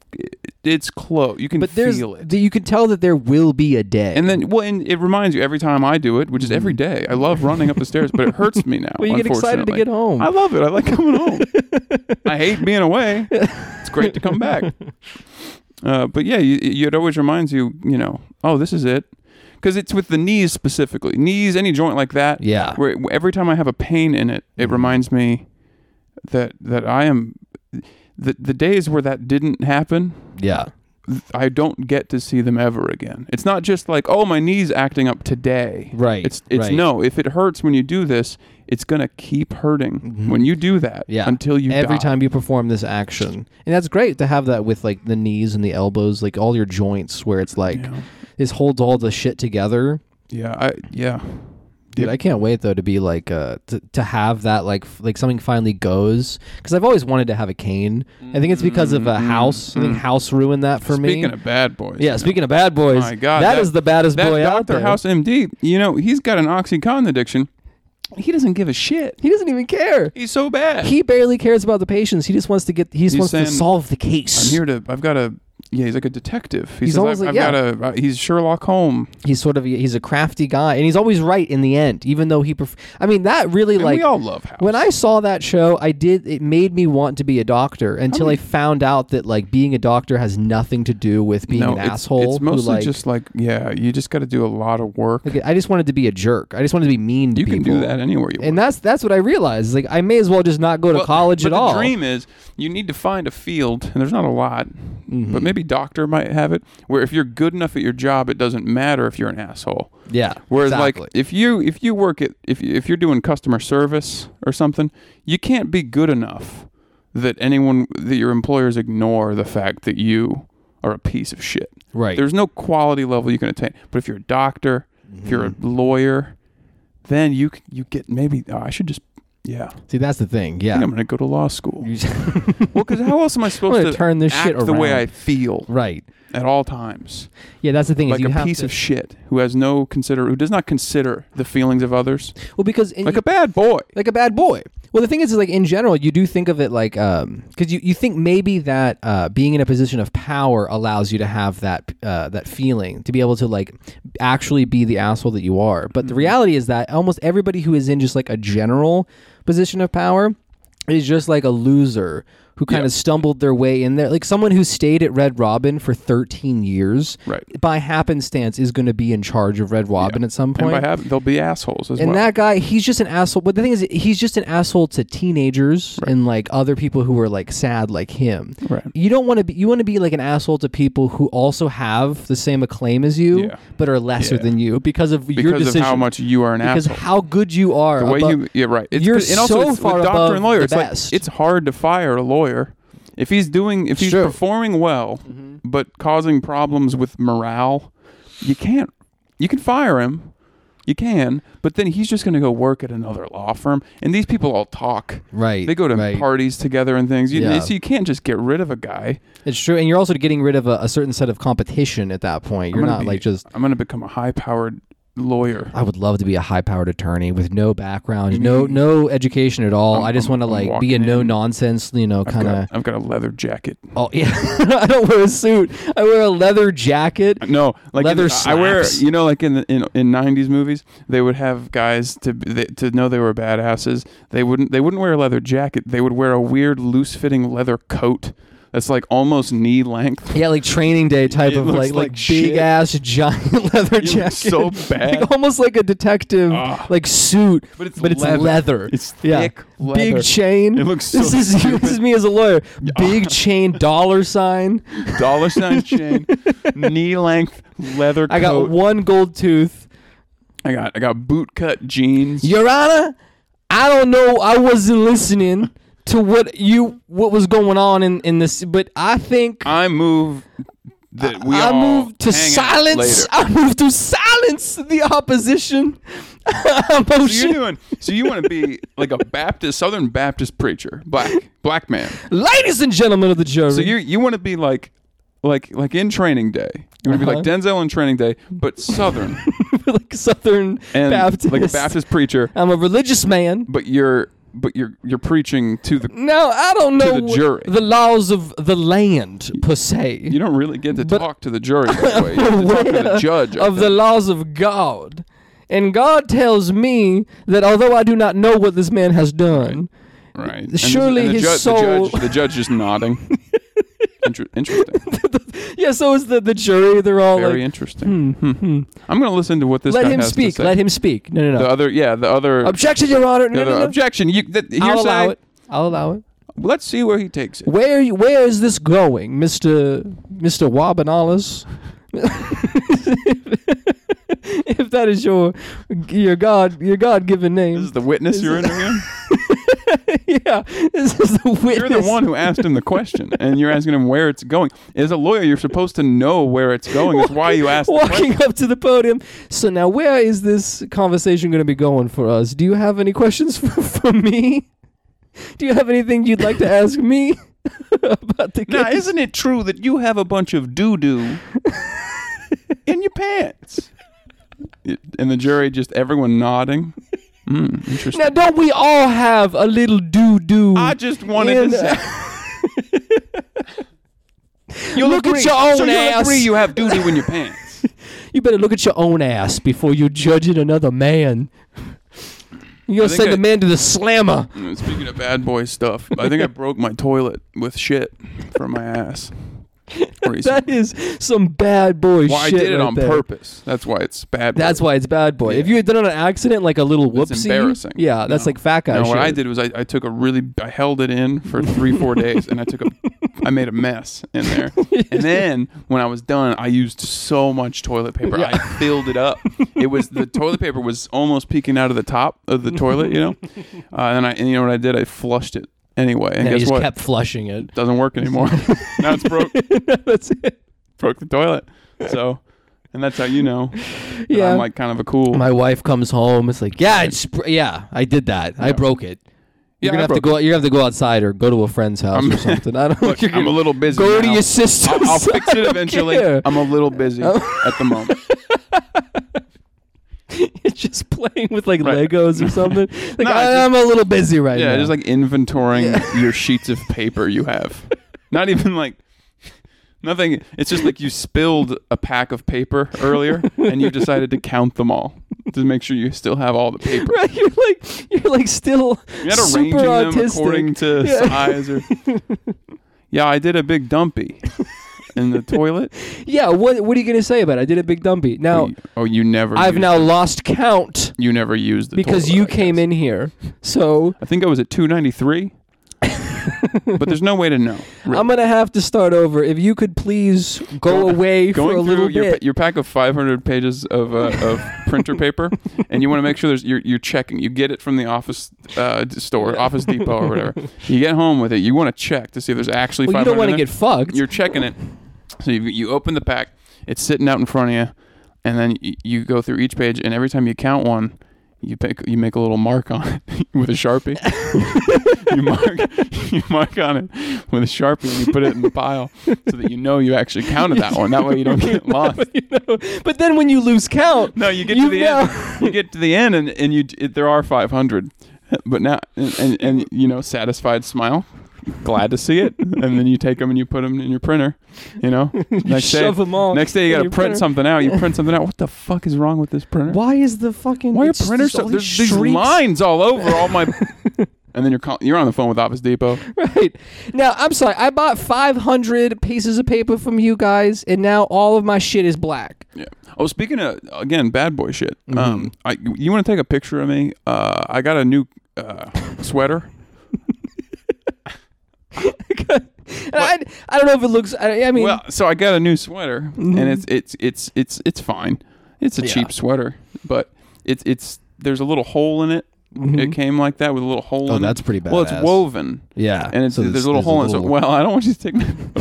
S2: it's close. You can
S1: But there's
S2: feel it.
S1: th- you can tell that there will be a day.
S2: And then, well, and it reminds you every time I do it, which is every day. I love running up the stairs, but it hurts me now.
S1: Mm-hmm. well, you get excited to
S2: unfortunately.
S1: get home.
S2: I love it. I like coming home. I hate being away. It's great to come back. Uh, but yeah, you, you- it always reminds you, you know, oh, this is it. Because it's with the knees specifically. Knees, any joint like that,
S1: yeah.
S2: where every time I have a pain in it, it reminds me that that I am. The, the days where that didn't happen,
S1: Yeah.
S2: I don't get to see them ever again. It's not just like, oh, my knee's acting up today.
S1: Right.
S2: It's it's
S1: right.
S2: no. If it hurts when you do this, it's gonna keep hurting
S1: Mhm.
S2: when you do that
S1: Yeah.
S2: until you
S1: Every
S2: die.
S1: time you perform this action. And that's great to have that with like the knees and the elbows, like all your joints where it's like
S2: yeah,
S1: this holds all the shit together.
S2: yeah, I, yeah.
S1: Dude, I can't wait though to be like uh to, to have that like f- like something finally goes because I've always wanted to have a cane. I think it's because of a
S2: Mm,
S1: house. I think
S2: mm.
S1: house ruined that for me.
S2: speaking of bad boys,
S1: yeah, speaking of bad boys,
S2: My God,
S1: that
S2: that-
S1: is the baddest
S2: that
S1: boy out
S2: Doctor
S1: there.
S2: House MD, you know, he's got an OxyContin addiction. He doesn't give a shit.
S1: he doesn't even care.
S2: He's so bad.
S1: He barely cares about the patients. He just wants to get. He just
S2: He's
S1: wants to
S2: saying,
S1: solve the case.
S2: I'm here to. I've got a. Yeah, he's like a detective. He
S1: He's
S2: says,
S1: almost
S2: I've,
S1: like-
S2: I've got a. uh, He's Sherlock Holmes.
S1: He's sort of. He's a crafty guy, and he's always right in the end. Even though he, pref- I mean, that really
S2: And
S1: like
S2: we all love House.
S1: When I saw that show, I did. It made me want to be a doctor until I
S2: many-
S1: found out that like being a doctor has nothing to do with being
S2: no,
S1: an
S2: it's,
S1: asshole.
S2: It's
S1: who,
S2: mostly
S1: like-
S2: just like yeah, you just got to do a lot of work.
S1: like, I just wanted to be a jerk. I just wanted to be mean to
S2: You
S1: people.
S2: can do that anywhere you want.
S1: And that's that's what I realized. Like I may as well just not go to
S2: Well,
S1: college
S2: but
S1: at
S2: the
S1: all.
S2: dream is you need to find a field, and there's not a lot,
S1: Mm-hmm.
S2: but maybe doctor might have it, where if you're good enough at your job, it doesn't matter if you're an asshole.
S1: yeah.
S2: Whereas,
S1: exactly.
S2: like, if you if you work at if you- if you're doing customer service or something, you can't be good enough that anyone that your employers ignore the fact that you are a piece of shit.
S1: right.
S2: There's no quality level you can attain. But if you're a doctor, if you're a
S1: Mm-hmm.
S2: lawyer, then you c- you get maybe oh, I should just yeah.
S1: See, that's the thing.
S2: I think
S1: Yeah.
S2: I'm gonna go to law school.
S1: You-
S2: Well, because how else am I supposed
S1: gonna
S2: to
S1: turn this
S2: act
S1: shit
S2: the way
S1: around.
S2: I feel
S1: right.
S2: at all times,
S1: Yeah, that's the thing.
S2: like
S1: is you
S2: a
S1: have
S2: piece
S1: to,
S2: of shit who has no consider, who does not consider the feelings of others,
S1: well, because in,
S2: like a bad boy.
S1: like a bad boy. Well, the thing is, is like in general, you do think of it like um because you, you think maybe that uh, being in a position of power allows you to have that uh, that feeling to be able to like actually be the asshole that you are. But
S2: Mm-hmm.
S1: the reality is that almost everybody who is in just like a general position of power is just like a loser who kind
S2: Yeah.
S1: of stumbled their way in there like someone who stayed at red robin for 13 years
S2: Right.
S1: by happenstance is going to be in charge of red robin at some
S2: And
S1: point
S2: by having, they'll be assholes as
S1: and
S2: well.
S1: that guy, he's just an asshole. But the thing is, he's just an asshole to teenagers and like other people who are like sad, like him.
S2: right.
S1: You don't want to be. You want to be like an asshole to people who also have the same acclaim as you,
S2: Yeah.
S1: but are lesser
S2: Yeah.
S1: than you because of your
S2: Because
S1: decision.
S2: of how much you are an
S1: because
S2: asshole.
S1: how good you are.
S2: the way
S1: above-
S2: you, yeah, right. It's,
S1: You're
S2: and also
S1: so
S2: it's,
S1: far
S2: with doctor
S1: above
S2: and lawyer,
S1: the
S2: it's
S1: best.
S2: like it's hard to fire a lawyer if he's doing if he's
S1: Sure.
S2: performing well,
S1: Mm-hmm.
S2: but causing problems with morale. You can't. You can fire him. You can, but then he's just going to go work at another law firm, and these people all talk.
S1: right.
S2: They go to
S1: right.
S2: parties together and things. You,
S1: Yeah.
S2: so you can't just get rid of a guy.
S1: It's true, and you're also getting rid of a, a certain set of competition at that point.
S2: I'm
S1: You're
S2: gonna
S1: not
S2: be-
S1: like just.
S2: I'm going to become a high-powered lawyer.
S1: I would love to be a high-powered attorney with no background, no no education at all.
S2: I'm-
S1: i just
S2: I'm-
S1: want to
S2: I'm
S1: like be
S2: walking
S1: a
S2: in.
S1: no-nonsense, you know,
S2: I've
S1: kind of
S2: got, I've got a leather jacket.
S1: Oh yeah, I don't wear a suit. I wear a leather jacket.
S2: No, like
S1: Leather
S2: in, the- I wear.
S1: slaps.
S2: You know, like in the, in in '90s movies, they would have guys to be- they, to know they were badasses. They wouldn't. They wouldn't wear a leather jacket. They would wear a weird loose-fitting leather coat that's like almost knee length.
S1: Yeah, like training day type
S2: It
S1: of
S2: looks
S1: like like,
S2: like
S1: big
S2: shit.
S1: ass giant leather
S2: It
S1: jacket.
S2: looks so bad.
S1: like almost like a detective
S2: Ah.
S1: like suit,
S2: But it's
S1: leather.
S2: leather. It's
S1: yeah.
S2: thick leather.
S1: Big chain.
S2: It looks so
S1: this is this is me as a lawyer. Big chain dollar sign.
S2: dollar sign chain, knee length leather.
S1: I got
S2: coat.
S1: one gold tooth.
S2: I got I got boot cut jeans.
S1: Your Honor, I don't know. I wasn't listening to what you what was going on in in this, but I think
S2: I move that we
S1: I
S2: all
S1: moved to
S2: hang out
S1: silence.
S2: later.
S1: I moved to silence the opposition emotion.
S2: So you're doing. So you want to be like a Baptist, Southern Baptist preacher, black, black man.
S1: Ladies and gentlemen of the jury,
S2: So you you want to be like, like, like in Training Day. You want to
S1: Uh-huh.
S2: be like Denzel in Training Day, but Southern
S1: like Southern
S2: and
S1: Baptist.
S2: like a Baptist preacher.
S1: I'm a religious man.
S2: But you're but you're you're preaching to the.
S1: No, I don't know
S2: the
S1: what-
S2: jury.
S1: the laws of the land per se.
S2: You don't really get to
S1: But-
S2: talk to the jury that way. You have to talk to the judge I
S1: of the
S2: think.
S1: laws of God. And God tells me that although I do not know what this man has done,
S2: right. And
S1: surely
S2: the, and the
S1: his
S2: ju-
S1: soul-
S2: The judge, the judge is nodding. Inter- interesting.
S1: yeah, so is the, the jury. They're all
S2: Very
S1: like, hmm,
S2: interesting. Hmm. I'm going to listen to what this
S1: let
S2: guy
S1: him
S2: has to
S1: speak.
S2: say.
S1: Let him speak. No, no,
S2: The
S1: no.
S2: other, yeah, the other,
S1: Objection, Your Honor.
S2: the
S1: No,
S2: other
S1: no, no.
S2: objection. You, that, hearsay,
S1: I'll allow it. I'll allow it.
S2: Let's see where he takes it.
S1: Where you- where is this going, Mister Mister Wabanalis? if that is your your God your God given
S2: This
S1: name,
S2: is the witness you're interviewing.
S1: yeah, this is the witness.
S2: You're the one who asked him the question, and you're asking him where it's going. As a lawyer, you're supposed to know where it's going. That's why you asked. The question.
S1: walking up to the podium. So now, where is this conversation going to be going for us? Do you have any questions for, for me? Do you have anything you'd like to ask me about the
S2: Now,
S1: case?
S2: isn't it true that you have a bunch of doo doo in your pants? It- and the jury just everyone nodding. Mm, interesting.
S1: Now, don't we all have a little doo doo?
S2: I just wanted
S1: in-
S2: to say. You'll
S1: Look at
S2: agree.
S1: your own
S2: so You'll agree
S1: ass.
S2: you have doo doo in your pants.
S1: You better look at your own ass before you're judging another man. You're
S2: I
S1: gonna
S2: think
S1: send
S2: I-
S1: a man to the slammer.
S2: Mm, Speaking of bad boy stuff, I think I broke my toilet with shit from my ass. recently.
S1: That is some bad boy
S2: Well, I
S1: shit.
S2: did it
S1: right
S2: on
S1: there.
S2: purpose. That's why it's bad. Boy.
S1: That's why it's bad boy.
S2: Yeah.
S1: If you had done it on accident, like a little whoopsie,
S2: That's embarrassing.
S1: yeah, that's
S2: No.
S1: like fat guy
S2: No,
S1: shit.
S2: what I did was I, I took a really I held it in for three four days and I took a I made a mess in there and then when I was done I used so much toilet paper I filled it up it was the toilet paper was almost peeking out of the top of the toilet you know uh, and I and you know what I did I flushed it anyway and
S1: And he
S2: guess
S1: just
S2: what
S1: kept flushing it.
S2: doesn't work anymore now it's broke
S1: that's it.
S2: broke the toilet so and that's how you know that
S1: Yeah.
S2: I'm like kind of a cool
S1: My wife comes home. It's like, yeah, it's sp- yeah, I did that. I
S2: Yeah.
S1: broke it. You're
S2: Yeah,
S1: gonna
S2: I
S1: have to
S2: broke
S1: go. You're gonna have to go outside or go to a friend's house
S2: I'm-
S1: or something. I don't. know.
S2: Look,
S1: you're
S2: I'm a
S1: gonna
S2: little busy
S1: go to
S2: now.
S1: your sister's.
S2: I'll, I'll
S1: house.
S2: fix it eventually.
S1: care. Oh.
S2: I'm a little busy at the moment.
S1: just playing with like
S2: Right.
S1: Legos or something. Like
S2: No,
S1: I,
S2: just-
S1: am a little busy right now.
S2: Yeah, just like inventorying your sheets of paper you have. Not even like nothing. It's just like you spilled a pack of paper earlier and you decided to count them all to make sure you still have all the paper.
S1: right. You're like you're like still
S2: You're not arranging
S1: super
S2: them according
S1: autistic.
S2: to
S1: Yeah.
S2: size or. Yeah, I did a big dumpy in the toilet.
S1: Yeah. What What are you gonna say about? it? I did a big dumpy. Now
S2: oh, you never.
S1: I've
S2: used,
S1: now lost count
S2: You never used the
S1: because
S2: toilet,
S1: you
S2: I
S1: came
S2: guess.
S1: in here. So
S2: I think I was at 293. but there's no way to know. really.
S1: I'm gonna have to start over. If you could please go,
S2: Go-
S1: away for
S2: going
S1: a little
S2: through your, pa-
S1: bit.
S2: your pack of 500 pages of, uh, of printer paper and you want to make sure there's you're, you're checking you get it from the office uh, d- store office depot or whatever you get home with it you want to check to see if there's actually
S1: well, you
S2: 500
S1: don't want to
S2: in there.
S1: get fucked.
S2: you're checking it so you, you open the pack it's sitting out in front of you and then you, you go through each page and every time you count one you pick, you make a little mark on it with a sharpie. you mark you mark on it with a sharpie and you put it in the pile so that you know you actually counted that one. That way you don't get lost.
S1: You know? But then when you lose count,
S2: No, you get to
S1: You
S2: the
S1: know.
S2: end. You get to the end, and, and you it, there are five hundred, but now and, and and you know satisfied smile, glad to see it, and then you take them and you put them in your printer. You know, next day,
S1: shove 'em all
S2: next day you
S1: in
S2: got
S1: Oh, your
S2: to print
S1: printer.
S2: something out. You print something out. What the fuck is wrong with this printer?
S1: why is the fucking
S2: Why are
S1: it's just
S2: printers so,
S1: all
S2: there's these
S1: streaks?
S2: lines all over all my? and then you're call, you're on the phone with Office Depot.
S1: Right now, I'm sorry. I bought 500 pieces of paper from you guys, and now all of my shit is black.
S2: Yeah. Oh, speaking of again, bad boy shit.
S1: Mm-hmm.
S2: Um, I you want to take a picture of me? Uh, I got a new uh sweater.
S1: And I, I don't know if it looks. I, I mean,
S2: well, so I got a new sweater, and it's it's it's it's it's fine. It's a
S1: Mm-hmm. Yeah.
S2: cheap sweater, but It's it's there's a little hole in it.
S1: Mm-hmm.
S2: It came like that with a little hole.
S1: Oh,
S2: in
S1: that's
S2: it.
S1: pretty
S2: Well, it's
S1: badass.
S2: woven,
S1: Yeah.
S2: and it's,
S1: So
S2: there's, a little hole in it. So,
S1: little-
S2: well, I don't want you to take.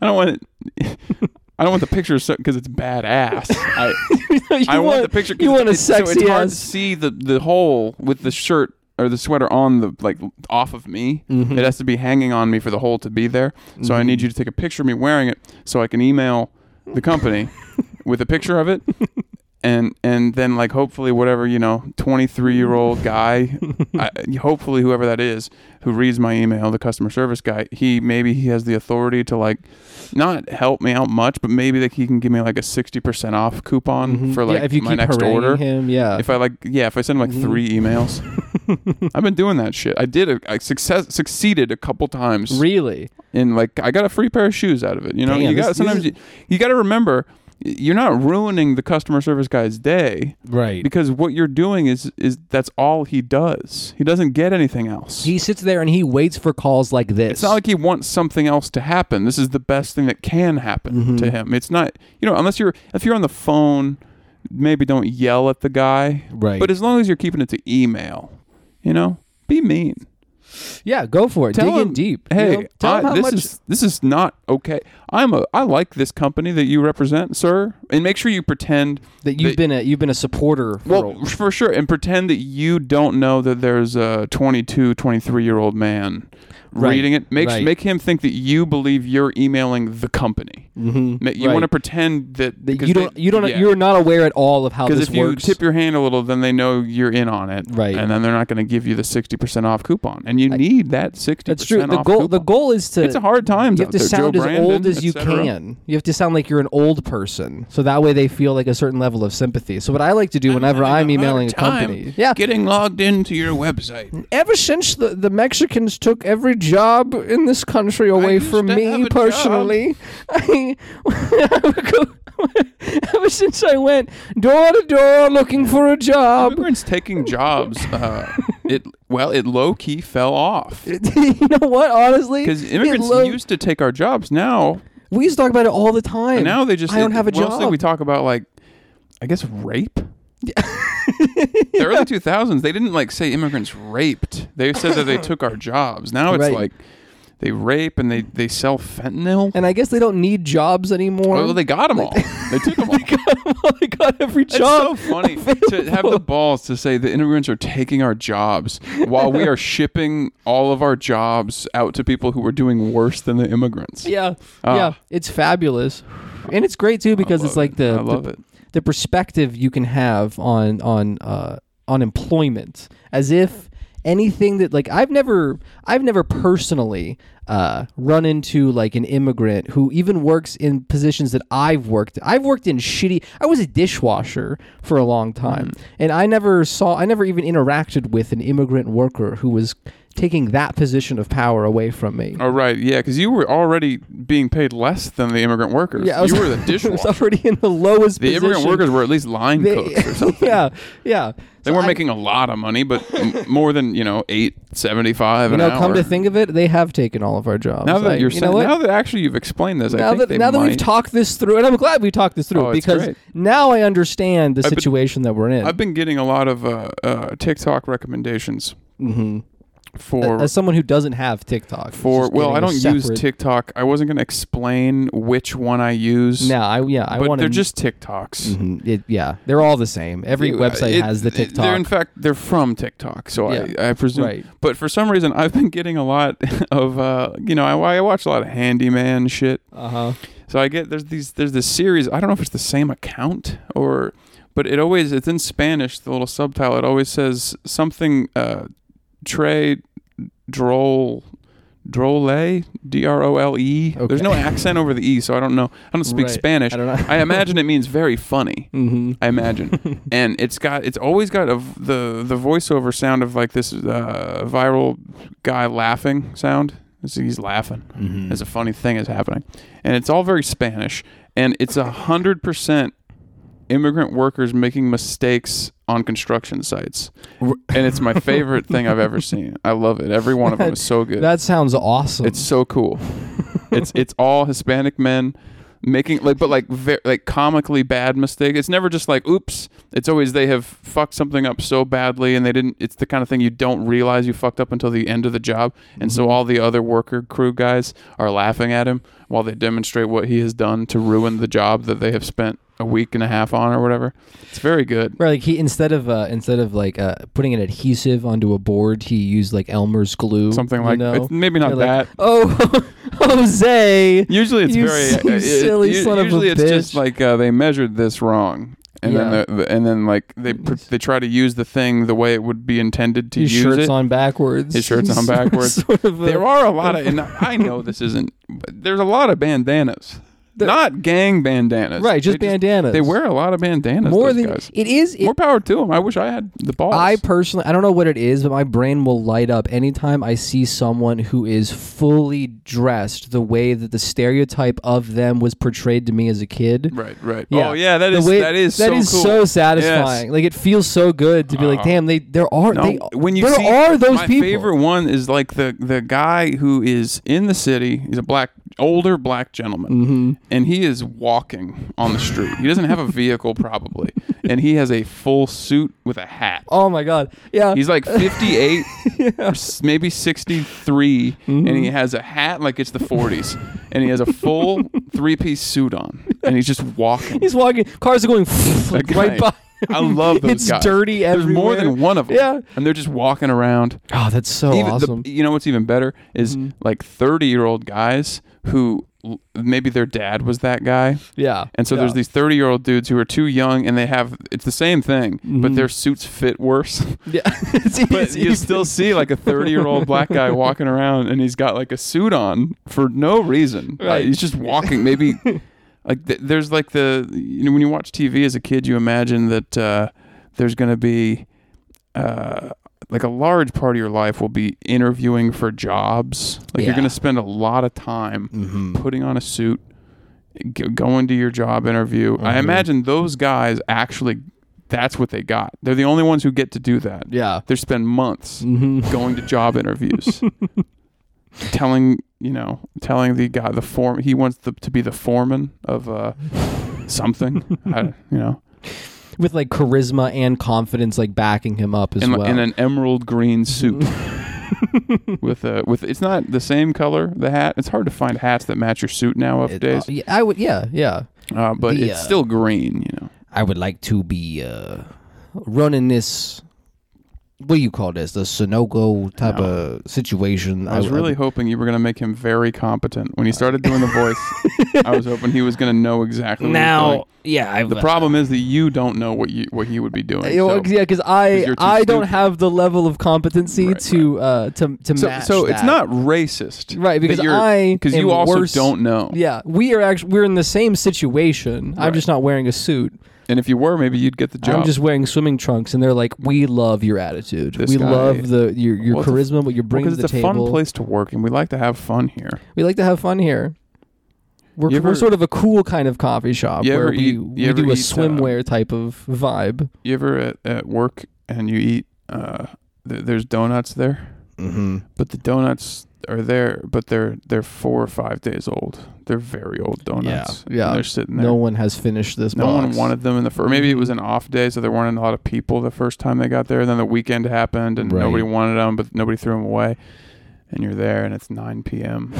S2: I don't want it. I don't want the picture because it's badass. I,
S1: You
S2: I want, the picture. 'cause
S1: You want a
S2: it's, it's, so
S1: sexy
S2: it's hard to
S1: ass.
S2: see the the hole with the shirt or the sweater on the like off of me.
S1: Mm-hmm.
S2: It has to be hanging on me for the hole to be there. So I need you to take a picture of me wearing it so I can email the company with a picture of it. And and then like hopefully whatever you know twenty three year old guy, I, hopefully whoever that is who reads my email, the customer service guy, he maybe he has the authority to like not help me out much, but maybe like he can give me like a sixty percent off coupon
S1: Mhm.
S2: for like
S1: yeah, if you
S2: my
S1: keep
S2: next
S1: haranguing
S2: order.
S1: Him, yeah.
S2: If I like, yeah, if I send like
S1: Mhm.
S2: three emails, I've been doing that shit. I did, a, I success succeeded a couple times
S1: really?
S2: in like, I got a free pair of shoes out of it. You know,
S1: Damn,
S2: you
S1: this-
S2: got
S1: this
S2: sometimes
S1: is-
S2: you, you got to remember, y- you're not ruining the customer service guy's day
S1: Right.
S2: because what you're doing is is that's all he does. He doesn't get anything else.
S1: He sits there and he waits for calls like this.
S2: it's not like he wants something else to happen. This is the best thing that can happen
S1: Mm-hmm.
S2: to him. It's not, you know, unless you're if you're on the phone, maybe don't yell at the guy.
S1: Right.
S2: But as long as you're keeping it to email, you know, be mean.
S1: yeah, go for it.
S2: Tell
S1: Dig
S2: him,
S1: in deep. you
S2: Hey,
S1: know? tell
S2: I-
S1: him how
S2: this
S1: much.
S2: is this is not okay. I'm a I like this company that you represent, sir, and make sure you pretend
S1: that you've
S2: that-
S1: been a you've been a supporter. For
S2: well for sure and pretend that you don't know that there's a 22 23 year old man
S1: Right,
S2: reading it make
S1: right.
S2: make him think that you believe you're emailing the company
S1: Mhm,
S2: Ma- you
S1: right.
S2: want to pretend that,
S1: that
S2: because
S1: you don't
S2: they-
S1: you don't
S2: yeah.
S1: you're not aware at all of how
S2: because
S1: this
S2: if you
S1: works.
S2: tip your hand a little, then they know you're in on it,
S1: Right.
S2: And then they're not going to give you the sixty percent off coupon, and you need that sixty.
S1: That's true. The goal the goal is to
S2: It's a hard time.
S1: You have to sound as old as you can. You have to sound like you're an old person, so that way they feel like a certain level of sympathy. So what I like to do whenever I'm emailing a company, yeah,
S2: getting logged into your website.
S1: ever since the, the Mexicans took every job in this country away
S2: used
S1: from
S2: to have
S1: me
S2: a
S1: personally, I, I would go- ever since I went door to door looking for a job.
S2: Immigrants taking jobs. Uh, it well, it low key fell off
S1: you know what? Honestly,
S2: because
S1: it
S2: immigrants
S1: lo-
S2: used to take our jobs. Now,
S1: we used to talk about it all the time.
S2: now they just
S1: I don't have a
S2: mostly
S1: job.
S2: We talk about like, I guess rape. the early 2000s they didn't like say immigrants raped they said that they took our jobs now it's
S1: Right.
S2: like they rape and they, they sell fentanyl
S1: and I guess they don't need jobs anymore.
S2: well they got them all they took them all
S1: I got every
S2: it's so funny to have the balls to say the immigrants are taking our jobs while we are shipping all of our jobs out to people who are doing worse than the immigrants
S1: yeah,
S2: Ah.
S1: yeah, it's fabulous, and it's great too because
S2: I love
S1: it's like
S2: it.
S1: the
S2: I love
S1: the,
S2: it.
S1: the perspective you can have on on uh, on employment as if anything that like I've never I've never personally uh, run into like an immigrant who even works in positions that I've worked. I've worked in shitty. I was a dishwasher for a long time,
S2: Mm.
S1: and I never saw. I never even interacted with an immigrant worker who was taking that position of power away from me.
S2: Oh right, yeah, because you were already being paid less than the immigrant workers.
S1: Yeah, I was-
S2: you were the
S1: I was
S2: dishwasher.
S1: already in the lowest
S2: The
S1: position.
S2: immigrant workers were at least line cooks or something.
S1: They, yeah, yeah.
S2: They
S1: So
S2: weren't
S1: I-
S2: making a lot of money, but m- more than you know, eight seventy five
S1: You
S2: an
S1: know,
S2: hour.
S1: come to think of it, they have taken all of our jobs.
S2: now that
S1: I-
S2: you're
S1: you
S2: saying-
S1: know what?
S2: now that actually you've explained this, I
S1: now
S2: think
S1: that,
S2: they
S1: now that we've
S2: might-
S1: talked this through, and I'm glad we talked this through
S2: Oh, it's
S1: because
S2: great.
S1: now I understand the
S2: been-
S1: situation that we're in.
S2: I've been getting a lot of uh, uh, TikTok recommendations
S1: Mhm.
S2: for
S1: As someone who doesn't have TikTok, it's
S2: for
S1: just
S2: well, I
S1: getting a
S2: don't
S1: separate-
S2: use TikTok. I wasn't going to explain which one I use.
S1: No, I yeah, I
S2: but
S1: want
S2: they're
S1: to.
S2: just TikToks.
S1: Mhm. It- yeah, they're all the same. Every
S2: You- uh,
S1: website
S2: it-
S1: has the
S2: it- They're
S1: TikTok.
S2: in fact they're from TikTok, so I, I presume.
S1: right.
S2: But for some reason, I've been getting a lot of uh, you know I, I watch a lot of handyman shit.
S1: Uh huh.
S2: So I get there's these there's this series. I don't know if it's the same account or, but it always it's in Spanish. The little subtitle it always says something. Uh, Trey Droll. Drole, D R O L E.
S1: Okay.
S2: There's no accent over the E, so I don't know. I don't speak
S1: Right.
S2: Spanish.
S1: I don't know.
S2: I imagine it means very funny.
S1: Mm-hmm.
S2: I imagine, and it's got it's always got a v the the voiceover sound of like this uh, viral guy laughing sound. It's- He's laughing
S1: Mhm.
S2: as a funny thing is happening, and it's all very Spanish, and it's a hundred percent immigrant workers making mistakes on construction sites,
S1: R-
S2: and it's my favorite thing I've ever seen. I love it. Every one of them is so good.
S1: That sounds awesome.
S2: It's so cool. it's it's all Hispanic men making like but like very like comically bad mistake it's never just like oops it's always they have fucked something up so badly and they didn't it's the kind of thing you don't realize you fucked up until the end of the job and
S1: Mm-hmm.
S2: so all the other worker crew guys are laughing at him while they demonstrate what he has done to ruin the job that they have spent a week and a half on or whatever it's very good
S1: Right, like he instead of uh, instead of like uh, putting an adhesive onto a board, he used like Elmer's glue,
S2: something
S1: you
S2: like
S1: know?
S2: it's maybe not
S1: You're like,
S2: that
S1: Oh, Jose!
S2: Usually it's
S1: You s-
S2: very
S1: you
S2: uh, it-
S1: silly
S2: u-
S1: son of a
S2: usually it's just
S1: bitch.
S2: like uh, they measured this wrong. And
S1: Yeah.
S2: then, the, the- and then, like they pr-
S1: Yes.
S2: they try to use the thing the way it would be intended to
S1: His
S2: use
S1: shirt's
S2: it.
S1: on backwards.
S2: His shirt's on backwards.
S1: sort of a-
S2: there are a lot of, and I know this isn't. But there's a lot of bandanas,
S1: There-
S2: not gang bandanas.
S1: right, just
S2: They
S1: bandanas.
S2: They wear a lot of bandanas.
S1: more
S2: those
S1: than
S2: guys.
S1: it is. It,
S2: more power to them. I wish I had the balls.
S1: I personally, I don't know what it is, but my brain will light up anytime I see someone who is fully dressed the way that the stereotype of them was portrayed to me as a kid.
S2: right, right.
S1: Yeah.
S2: Oh yeah, that
S1: The
S2: is
S1: way-
S2: that is
S1: that
S2: so
S1: is
S2: cool.
S1: so satisfying. Like it feels so good to be like,
S2: Uh,
S1: damn, they there are
S2: No,
S1: they
S2: when you
S1: there
S2: see
S1: are those
S2: my
S1: people.
S2: favorite one is like the the guy who is in the city. He's a black, older black gentleman,
S1: Mm-hmm.
S2: and he is walking on the street. he doesn't have a vehicle probably, and he has a full suit with a hat.
S1: Oh my god, yeah,
S2: He's like 58, or s- maybe 63, and
S1: Mm-hmm.
S2: he has a hat like it's the 40s, and he has a full three piece suit on, and he's just walking.
S1: he's walking. Cars are going like,
S2: That
S1: right by.
S2: guy- I love those
S1: it's
S2: guys.
S1: dirty
S2: There's
S1: everywhere.
S2: more than one of them,
S1: Yeah.
S2: and they're just walking around.
S1: Oh, that's so
S2: Even the-
S1: awesome. Mm-hmm.
S2: you know what's even better is like 30 year old guys who l- maybe their dad was that guy.
S1: yeah,
S2: And so
S1: yeah.
S2: there's these 30 year old dudes who are too young and they have, it's the same thing,
S1: Mm-hmm.
S2: but their suits fit worse.
S1: Yeah, it's,
S2: but
S1: it's
S2: you
S1: even-
S2: still see like a 30 year old black guy walking around and he's got like a suit on for no reason. Uh,
S1: Right.
S2: he's just walking. Maybe like th- there's like the, you know, when you watch TV as a kid, you imagine that uh, there's going to be uh, like a large part of your life will be interviewing for jobs. Like
S1: Yeah.
S2: you're going to spend a lot of time
S1: Mm-hmm.
S2: putting on a suit, g- going to your job interview.
S1: Mm-hmm.
S2: I imagine those guys actually. That's what they got. They're the only ones who get to do that
S1: yeah. Mm-hmm.
S2: they spend months going to job interviews telling you know telling the guy the form he wants the, to be the foreman of uh something I, you know
S1: with like charisma and confidence like backing him up as
S2: in,
S1: well.
S2: in an emerald green suit with a with it's not the same color the hat it's hard to find hats that match your suit now of
S1: It-
S2: days
S1: uh, yeah, I would yeah, yeah.
S2: uh, but
S1: the,
S2: it's
S1: uh,
S2: still green you know
S1: I would like to be uh running this what do you call this? The Sunogo type
S2: No.
S1: of situation.
S2: I was really hoping you were going to make him very competent when he started doing the voice. I was hoping he was going to know exactly. what he was doing.
S1: now yeah, I've
S2: The problem is that you don't know what you what he would be doing.
S1: you know,
S2: so.
S1: Uh, yeah, because I
S2: 'Cause you're too
S1: I don't
S2: stupid.
S1: have the level of competency
S2: Right,
S1: to uh to to
S2: so,
S1: match.
S2: so it's
S1: that.
S2: not racist,
S1: Right, because
S2: that you're,
S1: I
S2: because
S1: am
S2: you also
S1: worse-
S2: don't know.
S1: Yeah, we are actually we're in the same situation. I'm
S2: Right.
S1: just not wearing a suit.
S2: And if you were, maybe you'd get the job.
S1: I'm just wearing swimming trunks, and they're like, "We love your attitude.
S2: This
S1: we
S2: guy-
S1: love the your, your
S2: What the f-
S1: charisma, what you're
S2: because
S1: bringing to the
S2: it's a
S1: table.
S2: fun place to work, and we like to have fun here.
S1: We like to have fun here. We're,
S2: You
S1: we're
S2: ever-
S1: sort of a cool kind of coffee shop
S2: You ever
S1: where we,
S2: eat- you
S1: we
S2: ever
S1: do
S2: eat,
S1: a
S2: uh,
S1: swimwear type of vibe.
S2: You ever at, at work and you eat? Uh, th- there's donuts there,
S1: Mm-hmm.
S2: but the donuts are there, but they're they're four or five days old. They're very old donuts.
S1: Yeah, yeah.
S2: And they're sitting there.
S1: No one has finished this.
S2: No one
S1: box.
S2: wanted them in the first. Maybe it was an off day, so there weren't a lot of people the first time they got there. Then the weekend happened, and
S1: Right.
S2: nobody wanted them, but nobody threw them away. And you're there, and it's 9 p.m.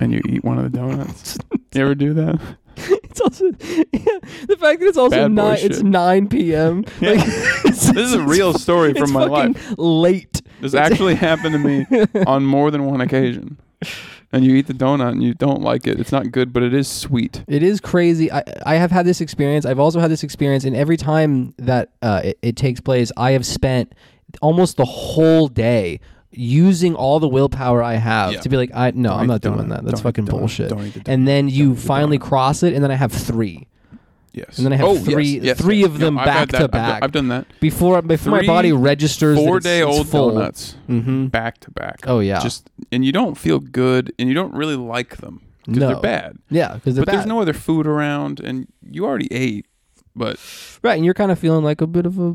S2: and you eat one of the donuts. you ever do that?
S1: It's also yeah, the fact that it's also
S2: Bad boy
S1: nine.
S2: shit.
S1: It's nine p.m.
S2: Yeah.
S1: Like,
S2: This is a real story
S1: it's
S2: from my
S1: fucking
S2: life.
S1: Late.
S2: This actually happened to me on more than one occasion. And you eat the donut and you don't like it. It's not good, but it is sweet.
S1: It is crazy. I, I have had this experience. I've also had this experience, and every time that uh, it, it takes place, I have spent almost the whole day using all the willpower I have
S2: Yeah.
S1: to be like, I no,
S2: Don't
S1: I'm
S2: eat
S1: not
S2: the
S1: doing
S2: donut.
S1: that.
S2: Don't
S1: That's
S2: eat
S1: fucking
S2: the donut.
S1: bullshit.
S2: Don't eat the donut.
S1: and then you
S2: Don't eat the
S1: finally
S2: donut.
S1: cross it, and then I have three,
S2: Yes.
S1: And then I have
S2: Oh,
S1: three-
S2: yes, yes,
S1: three
S2: yes.
S1: of them
S2: I've had
S1: back to
S2: that. I've done-
S1: back.
S2: I've done that.
S1: before before my
S2: Three
S1: body registers. that it's-
S2: Four day
S1: it's
S2: old
S1: full.
S2: donuts.
S1: Mm-hmm.
S2: back to back.
S1: Oh, yeah.
S2: Just and you don't feel good, and you don't really like them because
S1: No.
S2: they're bad.
S1: Yeah, because
S2: but there's no other food around, and you already ate. But
S1: right, and you're kind of feeling like a bit of a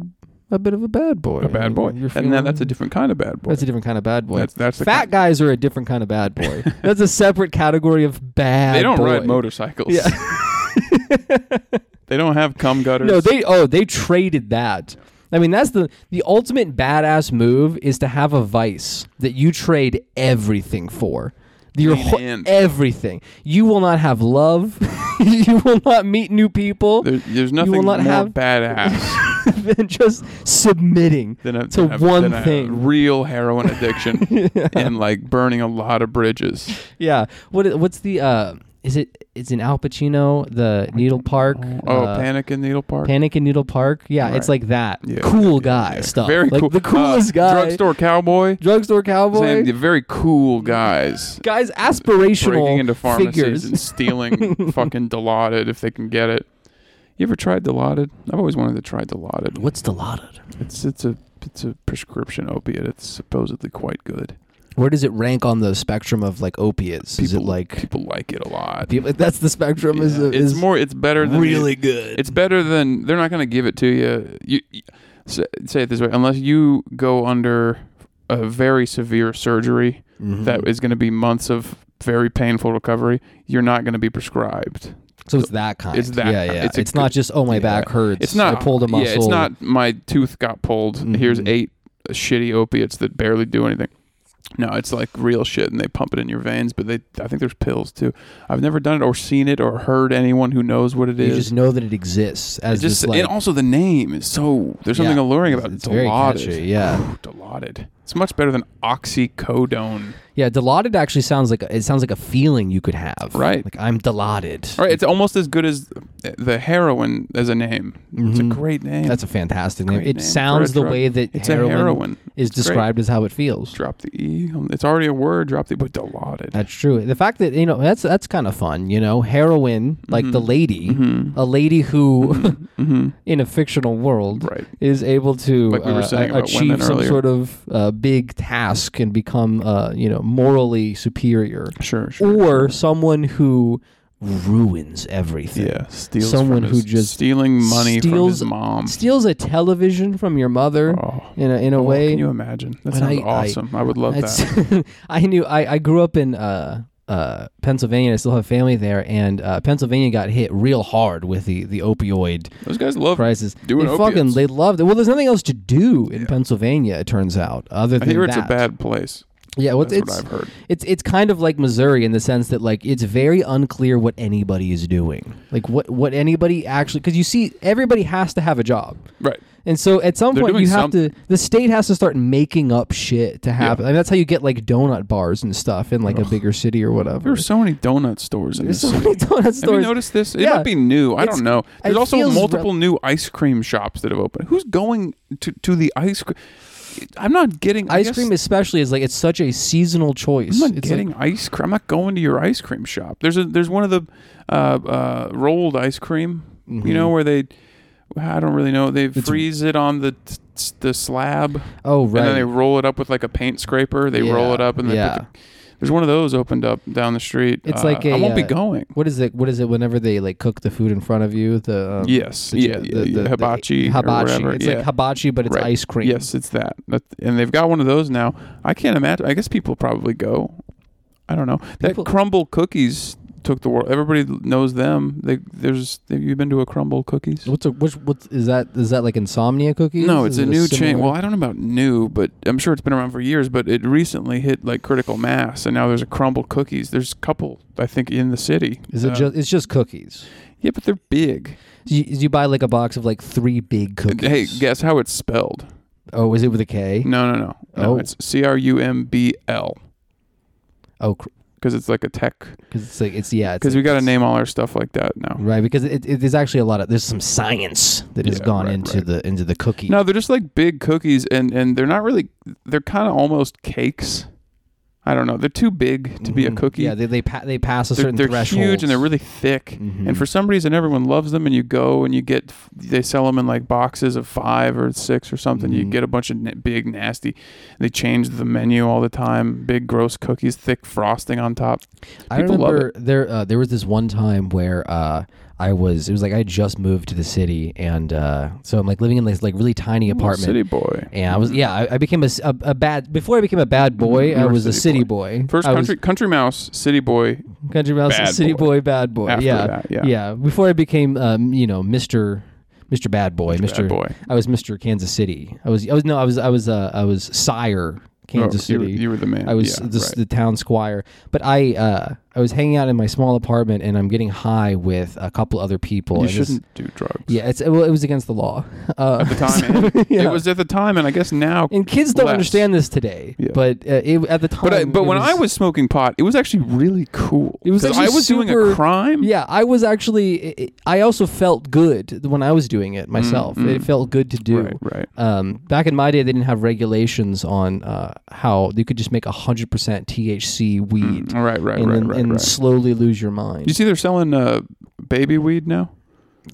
S1: a bit of a bad boy.
S2: a bad boy,
S1: You're
S2: and that,
S1: feeling-
S2: that's a different kind of bad boy.
S1: That's a different kind of bad boy.
S2: That's that's the
S1: Fat
S2: kind-
S1: guys are a different kind of bad boy. That's a separate category of bad.
S2: They don't
S1: boy.
S2: ride motorcycles.
S1: Yeah.
S2: they don't have cum gutters.
S1: No, they oh they traded that. I mean that's the the ultimate badass move is to have a vice that you trade everything for. Your
S2: Lean
S1: whole-
S2: in.
S1: everything. You will not have love. you will not meet new people
S2: There- there's nothing more
S1: not have-
S2: badass
S1: than just submitting.
S2: than a,
S1: To
S2: than a-
S1: one
S2: than a
S1: thing.
S2: real heroin addiction and like burning a lot of bridges.
S1: Yeah. What i- what's the uh is it it's in Al Pacino, the Needle Park.
S2: Oh,
S1: uh,
S2: Panic in Needle Park.
S1: Panic in Needle Park. Yeah,
S2: Right.
S1: it's like that.
S2: Yeah,
S1: cool
S2: yeah,
S1: guy
S2: yeah.
S1: stuff.
S2: Very
S1: like
S2: cool.
S1: the coolest
S2: Uh,
S1: guy.
S2: Drugstore cowboy.
S1: Drugstore cowboy.
S2: Sam, the very cool guys.
S1: guys aspirational
S2: breaking into pharmacies
S1: figures.
S2: and stealing fucking Dilaudid if they can get it. You ever tried Dilaudid? I've always wanted to try Dilaudid.
S1: What's Dilaudid?
S2: It's it's a it's a prescription opiate. It's supposedly quite good.
S1: Where does it rank on the spectrum of like opiates? is it
S2: People-
S1: like
S2: People like it a lot.
S1: people, that's the spectrum? Is,
S2: Yeah.
S1: it is
S2: it's more. It's better than
S1: really good?
S2: It's better than they're not going to give it to you. You, you say, say it this way: unless you go under a very severe surgery
S1: Mhm.
S2: that is going to be months of very painful recovery, you're not going to be prescribed.
S1: so it's that kind.
S2: it's that
S1: Yeah,
S2: kind.
S1: yeah. It's,
S2: It's a
S1: not
S2: good-
S1: just oh my
S2: yeah.
S1: back hurts.
S2: It's not.
S1: I pulled a muscle.
S2: Yeah, it's not. My tooth got pulled. Here's
S1: Mhm.
S2: eight shitty opiates that barely do anything. No, it's like real shit, and they pump it in your veins. But they, I think there's pills too. I've never done it or seen it or heard anyone who knows what it
S1: You
S2: is.
S1: just know that it exists as
S2: It just
S1: this like
S2: and also the name is so. There's something
S1: Yeah.
S2: alluring about it.
S1: It's very
S2: Dilaudid.
S1: catchy, yeah.
S2: Ooh, Dilaudid. It's much better than oxycodone.
S1: yeah. Dilaudid actually sounds like a, it sounds like a feeling you could have.
S2: Right.
S1: Like I'm Dilaudid.
S2: All right, it's almost as good as the heroin as a name. It's a
S1: Mhm.
S2: great name.
S1: That's a fantastic name.
S2: Great
S1: It
S2: name for a
S1: sounds the
S2: drug.
S1: way that
S2: it's
S1: heroin,
S2: a heroin.
S1: is
S2: It's great.
S1: described as how it feels.
S2: Drop the e. on- It's already a word. Drop the but Dilaudid.
S1: That's true. The fact that you know that's that's kind of fun. You know, heroin, like
S2: Mm-hmm.
S1: the lady, a lady who, in a fictional world,
S2: Right.
S1: is able to
S2: Like we were
S1: uh,
S2: saying
S1: a-
S2: about women
S1: achieve some
S2: earlier.
S1: sort of uh, big task and become, uh, you know, morally superior,
S2: Sure. Sure.
S1: or someone who ruins everything.
S2: yeah. Steals
S1: Someone
S2: from
S1: who
S2: his-
S1: just
S2: stealing money from
S1: steals-
S2: his mom.
S1: Steals a television from your mother
S2: oh.
S1: in a, in a
S2: Oh,
S1: way.
S2: Can you imagine? That
S1: When
S2: sounds
S1: I- I-
S2: awesome. I, would love that.
S1: It's- I knew I, I grew up in uh, uh, Pennsylvania. I still have family there, and uh, Pennsylvania got hit real hard with the, the opioid
S2: Those guys love
S1: crisis.
S2: doing
S1: they fucking
S2: opiates.
S1: they loved it. Well, there's nothing else to do in
S2: Yeah.
S1: Pennsylvania. It turns out other
S2: I
S1: than
S2: hear
S1: that.
S2: it's a bad place.
S1: yeah, well,
S2: That's
S1: it's
S2: what I've heard.
S1: it's it's kind of like Missouri in the sense that like it's very unclear what anybody is doing. Like what what anybody actually because you see everybody has to have a job.
S2: Right.
S1: And so at some
S2: They're
S1: point
S2: doing
S1: you have to the state has to start making up shit to happen. I mean that's how you get like donut bars and stuff in like a bigger city or
S2: There
S1: whatever.
S2: are so many donut stores in
S1: There's
S2: this
S1: so
S2: city.
S1: many donut
S2: Have you
S1: stores.
S2: noticed this? It
S1: Yeah.
S2: might be new. I
S1: It's-
S2: don't know. There's
S1: it
S2: also
S1: feels
S2: multiple new ice cream shops that have opened. Who's going to, to the ice cream? I'm not getting I
S1: Ice
S2: guess-
S1: cream especially is like it's such a seasonal choice.
S2: I'm not
S1: it's
S2: getting
S1: like,
S2: ice cream. I'm not going to your ice cream shop. There's a there's one of the uh, uh, rolled ice cream. You
S1: Mm-hmm.
S2: know where they. I don't really know. They freeze it on the the slab,
S1: oh
S2: and then they
S1: right.
S2: roll it up with like a paint scraper. They roll
S1: Yeah,
S2: it up, and they
S1: yeah.
S2: put the, there's one of those opened up down the street.
S1: It's
S2: Uh,
S1: like
S2: I
S1: a,
S2: won't be
S1: uh,
S2: going.
S1: what is it? What is it? Whenever they like cook the food in front of you, the um,
S2: Yes,
S1: the-
S2: yeah, yeah, yeah, hibachi or
S1: hibachi.
S2: whatever,
S1: It's
S2: yeah.
S1: like hibachi, but it's
S2: Right.
S1: ice cream.
S2: Yes, it's that. That- and they've got one of those now. I can't imagine. I guess people probably go. I don't know. That
S1: People-
S2: crumble cookies took the world. Everybody knows them. They there's have you been to a crumble cookies?
S1: What's a, which what is that? Is that like insomnia cookies?
S2: No, it's
S1: Is
S2: a
S1: it
S2: new chain.
S1: similar-
S2: Well, I don't know about new, but I'm sure it's been around for years. But it recently hit like critical mass, and now there's a crumble cookies. There's a couple, I think, in the city.
S1: is it
S2: Uh,
S1: just it's just cookies?
S2: yeah? But they're big.
S1: So you, you buy like a box of like three big
S2: And,
S1: cookies.
S2: Hey, guess how it's spelled?
S1: Oh, is it with a K?
S2: No, no, no. no
S1: Oh.
S2: it's C R U M B L
S1: Oh,
S2: because it's like a tech.
S1: because it's like it's yeah. it's
S2: Because
S1: like-
S2: we got to
S1: it's-
S2: name all our stuff like that now.
S1: right because it, it, there's actually a lot of there's some science that has
S2: Yeah,
S1: gone
S2: right,
S1: into
S2: right.
S1: the into the cookie.
S2: No, they're just like big cookies, and and they're not really. They're kind of almost cakes. I don't know. They're too big to be a
S1: Mhm.
S2: cookie.
S1: Yeah, they they, pa- they pass a
S2: they're
S1: certain
S2: they're
S1: threshold.
S2: huge and they're really thick.
S1: Mhm.
S2: And for some reason, everyone loves them. And you go and you get. f- They sell them in like boxes of five or six or something. You
S1: Mhm.
S2: get a bunch of n- big nasty. They change the menu all the time. Big gross cookies, thick frosting on top.
S1: I
S2: people love
S1: remember there uh, there was this one time where uh, I was. It was like I just moved to the city, and uh, so I'm like living in this like really tiny apartment.
S2: City boy.
S1: And I was yeah. I, I became a, s- a- a bad before I became a bad boy.
S2: Mm-hmm. You
S1: I
S2: were
S1: was a city
S2: city
S1: boy.
S2: First
S1: I
S2: country country mouse, city boy.
S1: was country mouse,
S2: bad
S1: city boy.
S2: boy.
S1: bad boy.
S2: After
S1: yeah.
S2: that,
S1: yeah,
S2: yeah.
S1: Before I became um, you know Mister Mister Bad Boy, Mister
S2: Bad boy.
S1: I was Mister Kansas City. I was I was no I was I was uh, I was sire Kansas
S2: Oh, you were-
S1: City.
S2: You, were the man.
S1: I was
S2: Yeah,
S1: the,
S2: right.
S1: the town squire, but I uh, I was hanging out in my small apartment, and I'm getting high with a couple other people.
S2: You
S1: and this-
S2: shouldn't do drugs.
S1: yeah, it's well, it was against the law. Uh,
S2: At the time, and
S1: yeah.
S2: it was at the time, and I guess now.
S1: and kids don't
S2: less.
S1: understand this today.
S2: Yeah.
S1: But uh, it, at the time,
S2: But I,
S1: it
S2: but when I was smoking pot, it was actually really cool.
S1: It was
S2: 'Cause
S1: actually
S2: I was doing
S1: super-
S2: a crime.
S1: yeah, I was actually. i I also felt good when I was doing it myself.
S2: mm.
S1: It felt good to do.
S2: Right. Right.
S1: Um, back in my day, they didn't have regulations on uh, how you could just make hundred percent THC weed
S2: Mm, Right. Right.
S1: and,
S2: Right.
S1: then-
S2: Right.
S1: and
S2: right.
S1: slowly lose your mind.
S2: You see, they're selling uh, baby weed now.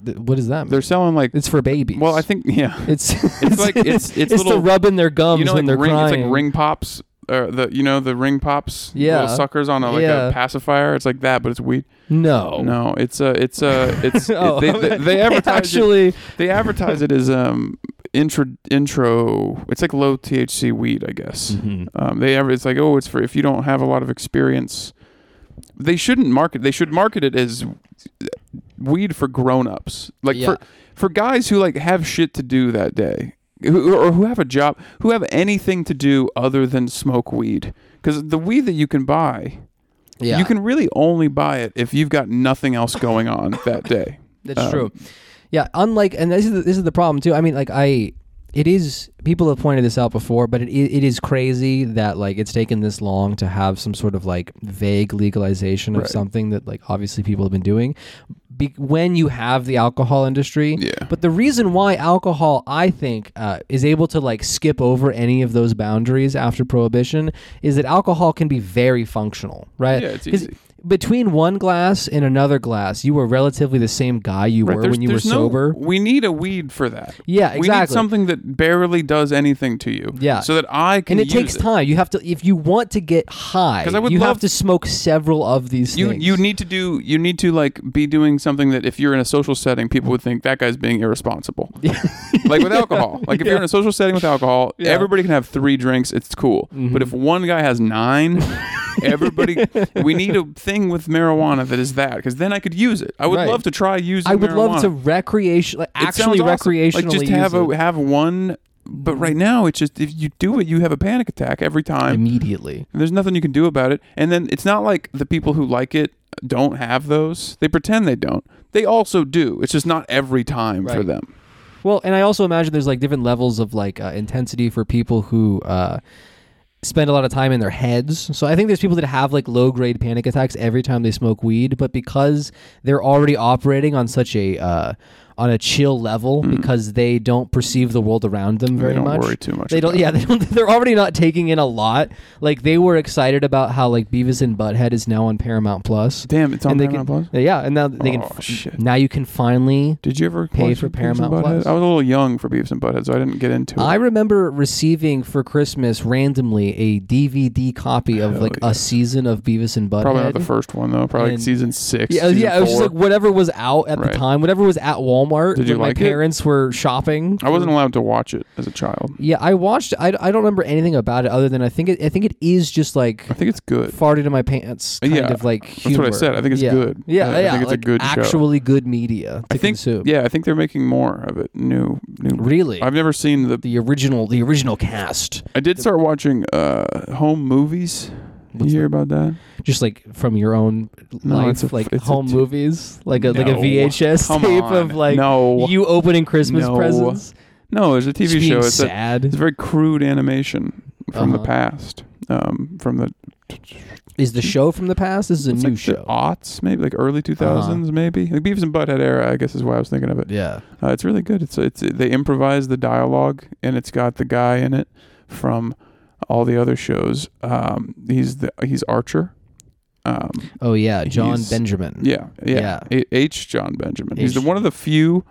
S1: Th- what does that mean?
S2: They're selling like.
S1: It's for babies.
S2: Well, I think yeah.
S1: it's
S2: It's like it's it's,
S1: it's,
S2: little
S1: the rub in their gums
S2: you know like
S1: when they're
S2: ring,
S1: crying.
S2: it's like ring pops or the you know the ring pops
S1: Yeah.
S2: little suckers on a, like
S1: Yeah.
S2: a pacifier. It's like that, but it's weed.
S1: No,
S2: No, it's uh it's uh it's
S1: Oh,
S2: they, they, they advertise it,
S1: actually.
S2: they advertise it as um intro intro. It's like low THC weed, I guess.
S1: Mhm.
S2: Um, they ever it's like oh it's for if you don't have a lot of experience. They shouldn't market. They should market it as uh, weed for grown-ups. Like
S1: Yeah.
S2: for for guys who like have shit to do that day who, or who have a job, who have anything to do other than smoke weed. Cuz the weed that you can buy,
S1: Yeah,
S2: you can really only buy it if you've got nothing else going on that day.
S1: That's
S2: Um,
S1: true. Yeah, unlike and this is the, this is the problem too. I mean, like I, it is people have pointed this out before, but it i- it is crazy that like it's taken this long to have some sort of like vague legalization of
S2: Right.
S1: something that like obviously people have been doing. Be- when you have the alcohol industry,
S2: Yeah.
S1: but the reason why alcohol, I think, uh, is able to like skip over any of those boundaries after prohibition is that alcohol can be very functional, right?
S2: Yeah, it's
S1: 'Cause
S2: easy.
S1: Between one glass and another glass, you were relatively the same guy you
S2: Right,
S1: were
S2: there's-
S1: when you were
S2: there's no-
S1: sober.
S2: we need a weed for that.
S1: Yeah,
S2: We need
S1: exactly.
S2: something that barely does anything to you.
S1: Yeah.
S2: So that I can
S1: and it
S2: use
S1: takes time. You have to if you want to get high,
S2: 'Cause I would
S1: you have
S2: love-
S1: to smoke several of these
S2: You
S1: things.
S2: you need to do you need to like be doing something that if you're in a social setting, people would think that guy's being irresponsible. like with alcohol, like if you're in a social setting with alcohol,
S1: Yeah. Mm-hmm.
S2: everybody can have three drinks. It's cool. But if one guy has nine. Everybody, we need a thing with marijuana that is that because then I could use it. I would
S1: Right.
S2: love to try using.
S1: I would love
S2: marijuana.
S1: to recreation like
S2: It
S1: actually
S2: sounds awesome.
S1: recreationally
S2: Like just to have
S1: use
S2: a
S1: it
S2: have one, but right now it's just if you do it, you have a panic attack every time.
S1: immediately.
S2: There's nothing you can do about it. And then it's not like the people who like it don't have those. They pretend they don't. They also do. It's just not every time for
S1: Right.
S2: them.
S1: Well, and I also imagine there's like different levels of like uh, intensity for people who uh, spend a lot of time in their heads. So I think there's people that have like low grade panic attacks every time they smoke weed, but because they're already operating on such a uh, on a chill level because they don't perceive the world around them very
S2: Hmm. they don't
S1: much.
S2: worry too much.
S1: They don't.
S2: about it.
S1: Yeah, they don't. They're already not taking in a lot. Like they were excited about how like Beavis and Butthead is now on Paramount Plus.
S2: Damn, it's on
S1: and they
S2: Paramount
S1: can,
S2: Plus.
S1: Yeah, and now they
S2: Oh,
S1: can.
S2: shit.
S1: Now you can finally
S2: Did you ever
S1: Pay
S2: watch
S1: for
S2: Beavis and
S1: Paramount
S2: Butthead?
S1: Plus.
S2: I was a little young for Beavis and Butthead, so I didn't get into it.
S1: I remember receiving for Christmas randomly a DVD copy of
S2: Hell
S1: like
S2: yeah.
S1: a season of Beavis and Butthead.
S2: Probably not the first one though. Probably like
S1: And-
S2: season six.
S1: Yeah,
S2: season
S1: yeah. It was just
S2: four.
S1: like whatever was out at
S2: Right.
S1: the time, whatever was at Walmart.
S2: Did you
S1: when
S2: like
S1: my
S2: it?
S1: parents were shopping.
S2: I wasn't allowed to watch it as a child.
S1: Yeah, I watched. I, I don't remember anything about it other than I think it, I think it is just like
S2: I think it's good.
S1: farted in my pants kind
S2: Yeah,
S1: of like
S2: what I
S1: humor.
S2: said. I think it's
S1: Yeah.
S2: good.
S1: Yeah,
S2: I-
S1: yeah.
S2: I think it's a
S1: like
S2: good show.
S1: actually good media to
S2: I think
S1: consume.
S2: yeah, I think they're making more of it. New new.
S1: Really,
S2: I've never seen the.
S1: the original the original cast,
S2: I did start watching uh home movies. Did you hear about that?
S1: just like from your own
S2: No,
S1: life,
S2: it's a-
S1: like
S2: it's a
S1: home
S2: t-
S1: movies, like a like a
S2: No.
S1: VHS
S2: Come
S1: tape
S2: on.
S1: of like
S2: no,
S1: you opening Christmas
S2: No.
S1: presents.
S2: no. It's a
S1: just
S2: TV
S1: being
S2: show. It's a,
S1: sad.
S2: it's a very crude animation from
S1: Uh-huh.
S2: the past. Um, from the
S1: is the show from the past? This is a
S2: it's
S1: new
S2: like the
S1: show. Uh-huh.
S2: aughts, maybe like early two maybe like Beavis and Butthead era. I guess is why I was thinking of it.
S1: yeah.
S2: Uh, it's really good. It's it's they improvise the dialogue, and it's got the guy in it from all the other shows. Um, he's the he's Archer. Um,
S1: Oh yeah, John
S2: He's-
S1: Benjamin.
S2: yeah, yeah. A- H. John Benjamin. He's the,
S1: H.
S2: one of the few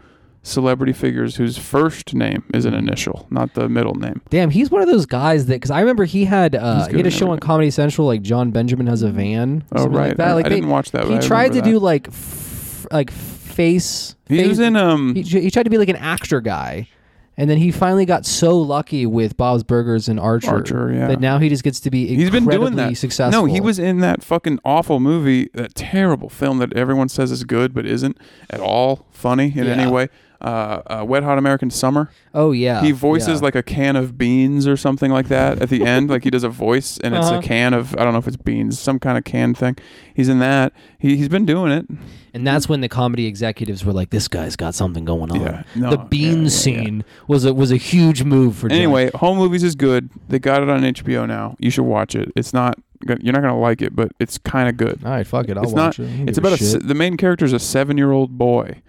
S2: celebrity figures whose first name is an initial, not the middle name.
S1: Damn, he's one of those guys that because I remember he had uh,
S2: He's
S1: he had
S2: good in
S1: a show on
S2: everything.
S1: Comedy Central like John Benjamin has a van.
S2: Oh
S1: something
S2: right,
S1: like that.
S2: I-
S1: Like
S2: I
S1: they,
S2: didn't watch that. but
S1: he
S2: I
S1: tried to
S2: remember
S1: do
S2: that.
S1: like f- like face.
S2: He
S1: face
S2: was in um.
S1: he, he tried to be like an actor guy, and then he finally got so lucky with Bob's Burgers and Archer,
S2: Archer, yeah.
S1: that now he just gets to be
S2: He's been
S1: incredibly
S2: doing that.
S1: successful.
S2: No, he was in that fucking awful movie, that terrible film that everyone says is good but isn't at all funny in
S1: Yeah.
S2: any way. Uh, uh, Wet Hot American Summer.
S1: Oh yeah,
S2: he voices
S1: yeah.
S2: like a can of beans or something like that at the end. Like he does a voice, and
S1: Uh-huh.
S2: it's a can of I don't know if it's beans, some kind of canned thing. He's in that. He he's been doing it.
S1: and that's when the comedy executives were like, "This guy's got something going on."
S2: Yeah, no,
S1: the
S2: yeah,
S1: bean
S2: yeah, yeah.
S1: scene was a was a huge move for. Johnny.
S2: Anyway, Home Movies is good. They got it on HBO now. You should watch it. It's not gonna- you're not gonna like it, but it's kind of good.
S1: all right, fuck it, I'll
S2: it's not.
S1: watch it. I don't
S2: It's
S1: give
S2: about a,
S1: shit.
S2: se- the main character is a seven year old boy,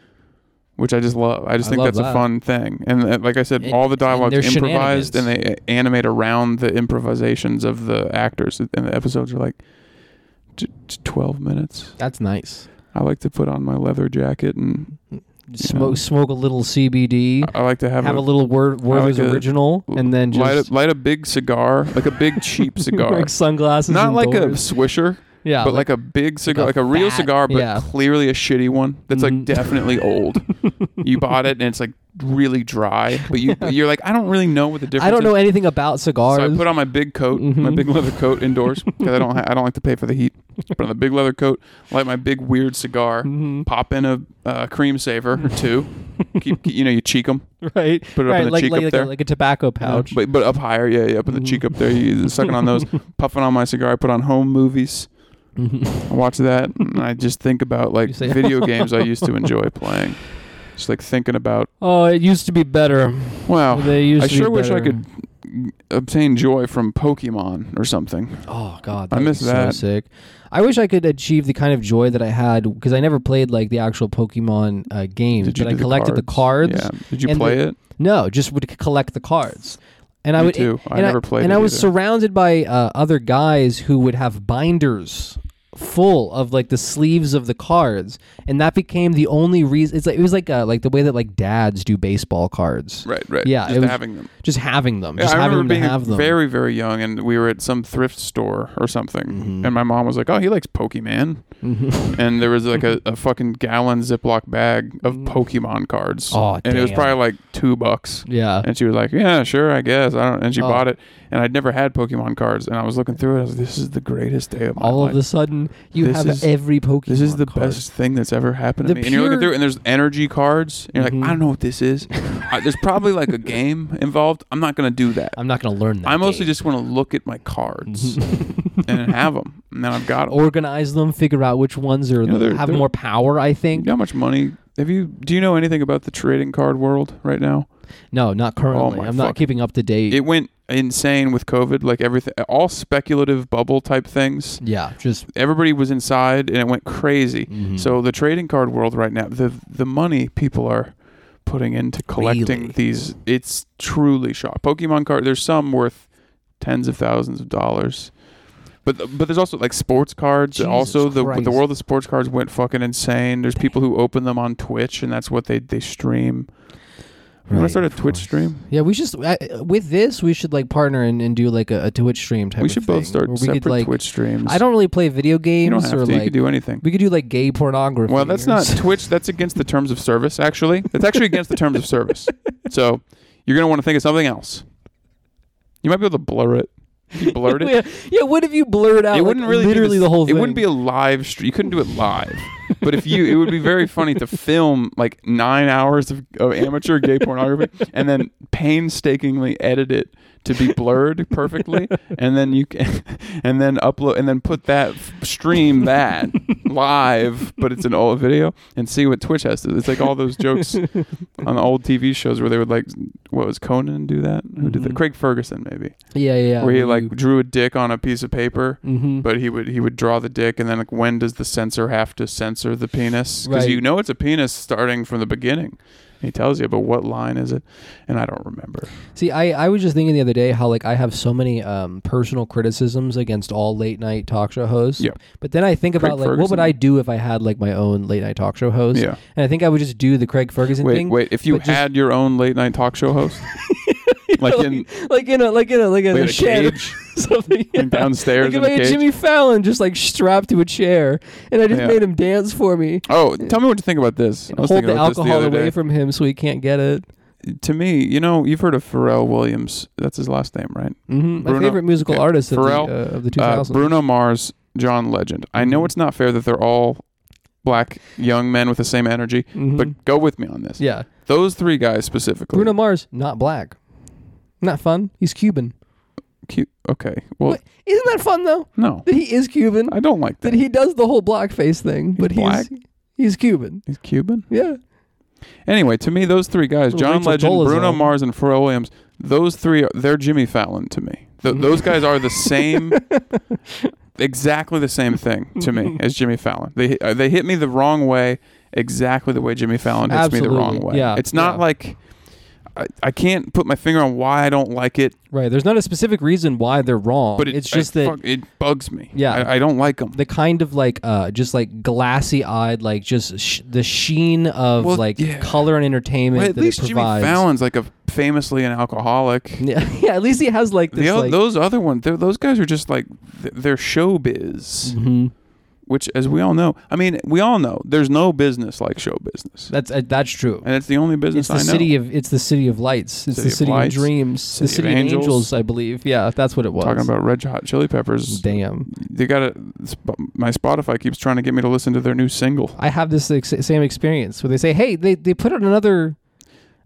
S2: which I just love. I just
S1: I
S2: think
S1: love
S2: that's
S1: that.
S2: a fun thing. And uh, like I said,
S1: And-
S2: all the
S1: and
S2: dialogue's
S1: they're
S2: improvised, and
S1: shenanigans.
S2: they uh, animate around the improvisations of the actors. And the episodes are like t- t- twelve minutes.
S1: That's nice.
S2: I like to put on my leather jacket, and
S1: Smoke
S2: know.
S1: smoke a little CBD.
S2: I I like to have,
S1: Have, a, little word word of his
S2: like a-
S1: original, and then just
S2: light a, light a big cigar, like a big cheap cigar.
S1: wearing sunglasses.
S2: Not like a
S1: indoors.
S2: swisher,
S1: yeah,
S2: but like, a big cigar,
S1: like
S2: like
S1: a
S2: a, real
S1: fat-
S2: cigar, but
S1: yeah.
S2: clearly a shitty one that's
S1: Mhm.
S2: like definitely old. you bought it and it's like really dry, but you you're like I don't really know what the difference.
S1: I don't know
S2: Is.
S1: anything about cigars.
S2: So I put on my big coat, my
S1: Mhm.
S2: big leather coat indoors because I don't ha- I don't like to pay for the heat. Put on the big leather coat, light my big weird cigar,
S1: Mhm.
S2: pop in a uh, cream saver or two. Keep you know you cheek them,
S1: right,
S2: put it up
S1: right,
S2: in the
S1: like
S2: cheek
S1: like,
S2: up
S1: like,
S2: there.
S1: A, like a tobacco pouch.
S2: But but up higher, yeah, yeah, up in the cheek up there. You sucking on those, puffing on my cigar. I put on home movies.
S1: Mhm.
S2: I watch that and I just think about like
S1: You say-
S2: video games I used to enjoy playing. Just like thinking about
S1: oh, it used to be better.
S2: wow.
S1: They used
S2: I
S1: to
S2: sure
S1: be
S2: wish I
S1: better.
S2: could obtain joy from Pokemon or something.
S1: Oh God,
S2: I
S1: that'd be
S2: miss
S1: so
S2: that.
S1: Sick. I wish I could achieve the kind of joy that I had because I never played like the actual Pokemon uh, games,
S2: Did you
S1: but
S2: do
S1: I collected the cards.
S2: Yeah. Did you
S1: and
S2: play
S1: the-
S2: it?
S1: No, just would c- collect the cards, and I
S2: Me
S1: would.
S2: too. I
S1: and
S2: never played
S1: And
S2: it
S1: I was
S2: either.
S1: surrounded by uh, other guys who would have binders full of like the sleeves of the cards, and that became the only reason. It's like it was like uh, like the way that like dads do baseball cards.
S2: Right, right.
S1: Yeah, it
S2: Just
S1: was-
S2: having them.
S1: Just having them,
S2: Yeah,
S1: just
S2: I
S1: having
S2: remember
S1: them
S2: being
S1: to have them.
S2: very, very young, and we were at some thrift store or something,
S1: Mm-hmm.
S2: and my mom was like, "Oh, he likes Pokemon," and there was like a, a fucking gallon Ziploc bag of Pokemon cards,
S1: Mm. Aw,
S2: and it was
S1: damn.
S2: probably like two bucks.
S1: yeah.
S2: And she was like, "Yeah, sure, I guess." I don't. And she
S1: Oh.
S2: bought it, and I'd never had Pokemon cards, and I was looking through it. I was like, "This is the greatest day of my
S1: All
S2: life.
S1: of a sudden, you
S2: This
S1: have
S2: is-
S1: every Pokemon.
S2: this is the
S1: card.
S2: best thing that's ever happened to
S1: The
S2: me." and you're looking through,
S1: pure-
S2: it, and there's energy cards, and you're
S1: Mhm.
S2: like, "I don't know what this is. I, there's probably like a game involved. I'm not gonna do that.
S1: I'm not gonna learn that.
S2: I mostly
S1: game.
S2: just want to look at my cards and have them, and then I've got 'em.
S1: organize them, figure out which ones are
S2: know, they're-
S1: have
S2: they're-
S1: more power. I
S2: You
S1: think.
S2: know how much money have you? Do you know anything about the trading card world right now?
S1: No, not currently.
S2: Oh my
S1: I'm not
S2: fuck.
S1: keeping up to date.
S2: It went insane with COVID. Like everything, all speculative bubble type things.
S1: yeah, just
S2: Everybody was inside, and it went crazy.
S1: Mhm.
S2: So the trading card world right now, the the money people are putting into collecting
S1: Really?
S2: these, it's truly shot. Pokemon card, there's some worth tens of thousands of dollars. But, th- but there's also like sports cards.
S1: Jesus
S2: also, the
S1: Christ.
S2: the world of sports cards went fucking insane. There's people who open them on Twitch, and that's what they they stream. You want
S1: Right,
S2: to start a
S1: of
S2: Twitch
S1: course.
S2: stream?
S1: yeah, we just I, with this we should like partner and, and do like a, a Twitch stream type.
S2: we
S1: of
S2: should
S1: thing,
S2: both start
S1: where we
S2: separate
S1: could, like,
S2: Twitch streams.
S1: I don't really play video
S2: You
S1: games
S2: don't have
S1: or
S2: to.
S1: like
S2: you could do anything.
S1: we could do like gay pornography.
S2: Well, that's
S1: or
S2: not
S1: something.
S2: Twitch. That's against the terms of service. Actually, that's actually against the terms of service. So you're gonna want to think of something else. You might be able to blur it. If You blurred it.
S1: yeah, yeah, what if you blurred out?
S2: It
S1: like,
S2: wouldn't really be
S1: literally the, whole.
S2: It
S1: thing?
S2: wouldn't be a live stream. You couldn't do it live. But if you, it would be very funny to film like nine hours of, of amateur gay pornography and then painstakingly edit it to be blurred perfectly, and then you can, and then upload and then put that stream that live, but it's an old video and see what Twitch has to. It's like all those jokes on the old TV shows where they would like, what was Conan do that? Who did that?
S1: Mhm.
S2: Craig Ferguson maybe,
S1: yeah, yeah, yeah.
S2: where he like drew a dick on a piece of paper
S1: hmm
S2: but he would he would draw the dick and then like when does the censor have to censor the penis because
S1: Right.
S2: you know it's a penis starting from the beginning he tells you but what line is it and i don't remember
S1: See, I, I was just thinking the other day how like I have so many um, personal criticisms against all late night talk show hosts.
S2: Yep.
S1: But then I think about like what would
S2: Ferguson.
S1: I do if I had like my own late night talk show host?
S2: yeah
S1: And I think I would just do the Craig Ferguson
S2: wait
S1: thing.
S2: wait if you
S1: but just-
S2: had your own late night talk show host Like in-
S1: like in a like in a like in
S2: Like
S1: a,
S2: in a
S1: shed or
S2: cage?
S1: something yeah.
S2: Like downstairs
S1: Like if
S2: in a
S1: I had
S2: cage?
S1: Jimmy Fallon just like strapped to a chair, and I just
S2: Yeah.
S1: made him dance for me.
S2: Oh, tell me what you think about this. I was
S1: Hold
S2: thinking
S1: the
S2: about this the
S1: alcohol
S2: other
S1: away
S2: day.
S1: from him so he can't get it.
S2: to me, you know, you've heard of Pharrell Williams. That's his last name, right?
S1: hmm My
S2: Bruno-
S1: favorite musical
S2: okay,
S1: artist of the,
S2: Pharrell,
S1: uh, of the
S2: Uh,
S1: 2000s.
S2: Bruno Mars, John Legend. I
S1: Mm-hmm.
S2: know it's not fair that they're all black young men with the same energy,
S1: Mhm.
S2: but go with me on this.
S1: yeah,
S2: Those three guys specifically.
S1: Bruno Mars not black, not fun. He's Cuban.
S2: Cute. Okay. Well,
S1: Wait, Isn't that fun though?
S2: no,
S1: That he is Cuban.
S2: I don't like that.
S1: That he does the whole blackface thing, but he's he's Cuban.
S2: He's Cuban.
S1: Yeah.
S2: Anyway, to me, those three guys,
S1: Well,
S2: John
S1: Rachel
S2: Legend,
S1: Dolezal.
S2: Bruno Mars, and Pharrell Williams, those three, are, they're Jimmy Fallon to me. Th-
S1: Mm-hmm.
S2: those guys are the same, exactly the same thing to me
S1: Mm-hmm.
S2: as Jimmy Fallon. They, uh, they hit me the wrong way, exactly the way Jimmy Fallon hits me
S1: Absolutely.
S2: the wrong way.
S1: Yeah,
S2: It's not
S1: yeah.
S2: like, I, I can't put my finger on why I don't like it,
S1: Right. There's not a specific reason why they're wrong.
S2: but it,
S1: Oh, it's just
S2: I
S1: that
S2: fuck- it bugs me.
S1: Yeah.
S2: I, I don't like them.
S1: the kind of like uh just like glassy eyed like just sh- the sheen of
S2: Well,
S1: like
S2: yeah.
S1: color and entertainment
S2: at
S1: that
S2: least
S1: it
S2: Jimmy
S1: provides.
S2: Fallon's like a famously an alcoholic.
S1: Yeah, yeah, at least he has like this
S2: The, o-
S1: like
S2: those other ones, they're- those guys are just like th- they're showbiz,
S1: Mhm.
S2: which, as we all know, I mean, we all know there's no business like show business,
S1: That's uh, that's true.
S2: and it's the only business
S1: It's the
S2: I know.
S1: city of it's the city of lights. It's
S2: City
S1: the
S2: of
S1: city of,
S2: lights.
S1: dreams.
S2: City
S1: the
S2: of
S1: city of angels.
S2: angels.
S1: I believe. Yeah, that's what it was.
S2: Talking about Red Hot Chili Peppers,
S1: Damn,
S2: they got to My Spotify keeps trying to get me to listen to their new single.
S1: I have this ex- same experience where they say, "Hey, they they put out another."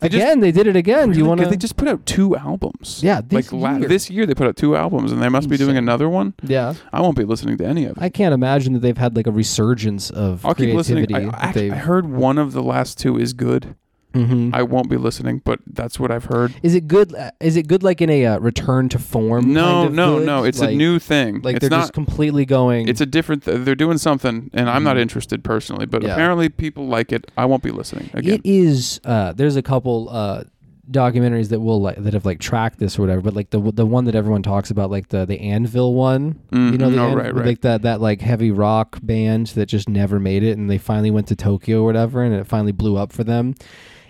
S2: They just-
S1: again, they did it again. Do you
S2: Really?
S1: want
S2: 'Cause They
S1: to?
S2: just put out two albums.
S1: Yeah,
S2: like
S1: this
S2: la-
S1: year.
S2: this year they put out two albums, and they must be doing
S1: Insane.
S2: another one.
S1: Yeah,
S2: I won't be listening to any of it.
S1: I can't imagine that they've had like a resurgence of
S2: I'll keep
S1: creativity.
S2: listening. I,
S1: that
S2: I, act-
S1: they've-
S2: I heard one of the last two is good.
S1: Mhm.
S2: I won't be listening, but that's what I've heard.
S1: Is it good? uh, Is it good like in a uh, return to form?
S2: No,
S1: kind of
S2: no,
S1: good?
S2: no. It's
S1: Like-
S2: a new thing.
S1: Like
S2: it's
S1: they're
S2: not.
S1: just completely going.
S2: it's a different. Th- they're doing something, and I'm not
S1: Mhm.
S2: interested personally. But
S1: Yeah.
S2: apparently, people like it. I won't be listening again.
S1: It is. Uh, there's a couple uh, documentaries that will like that have like tracked this or whatever. But like the the one that everyone talks about, like the the Anvil one. You know,
S2: Mhm.
S1: the
S2: Oh,
S1: An-
S2: right, right.
S1: like that that like heavy rock band that just never made it, and they finally went to Tokyo or whatever, and it finally blew up for them.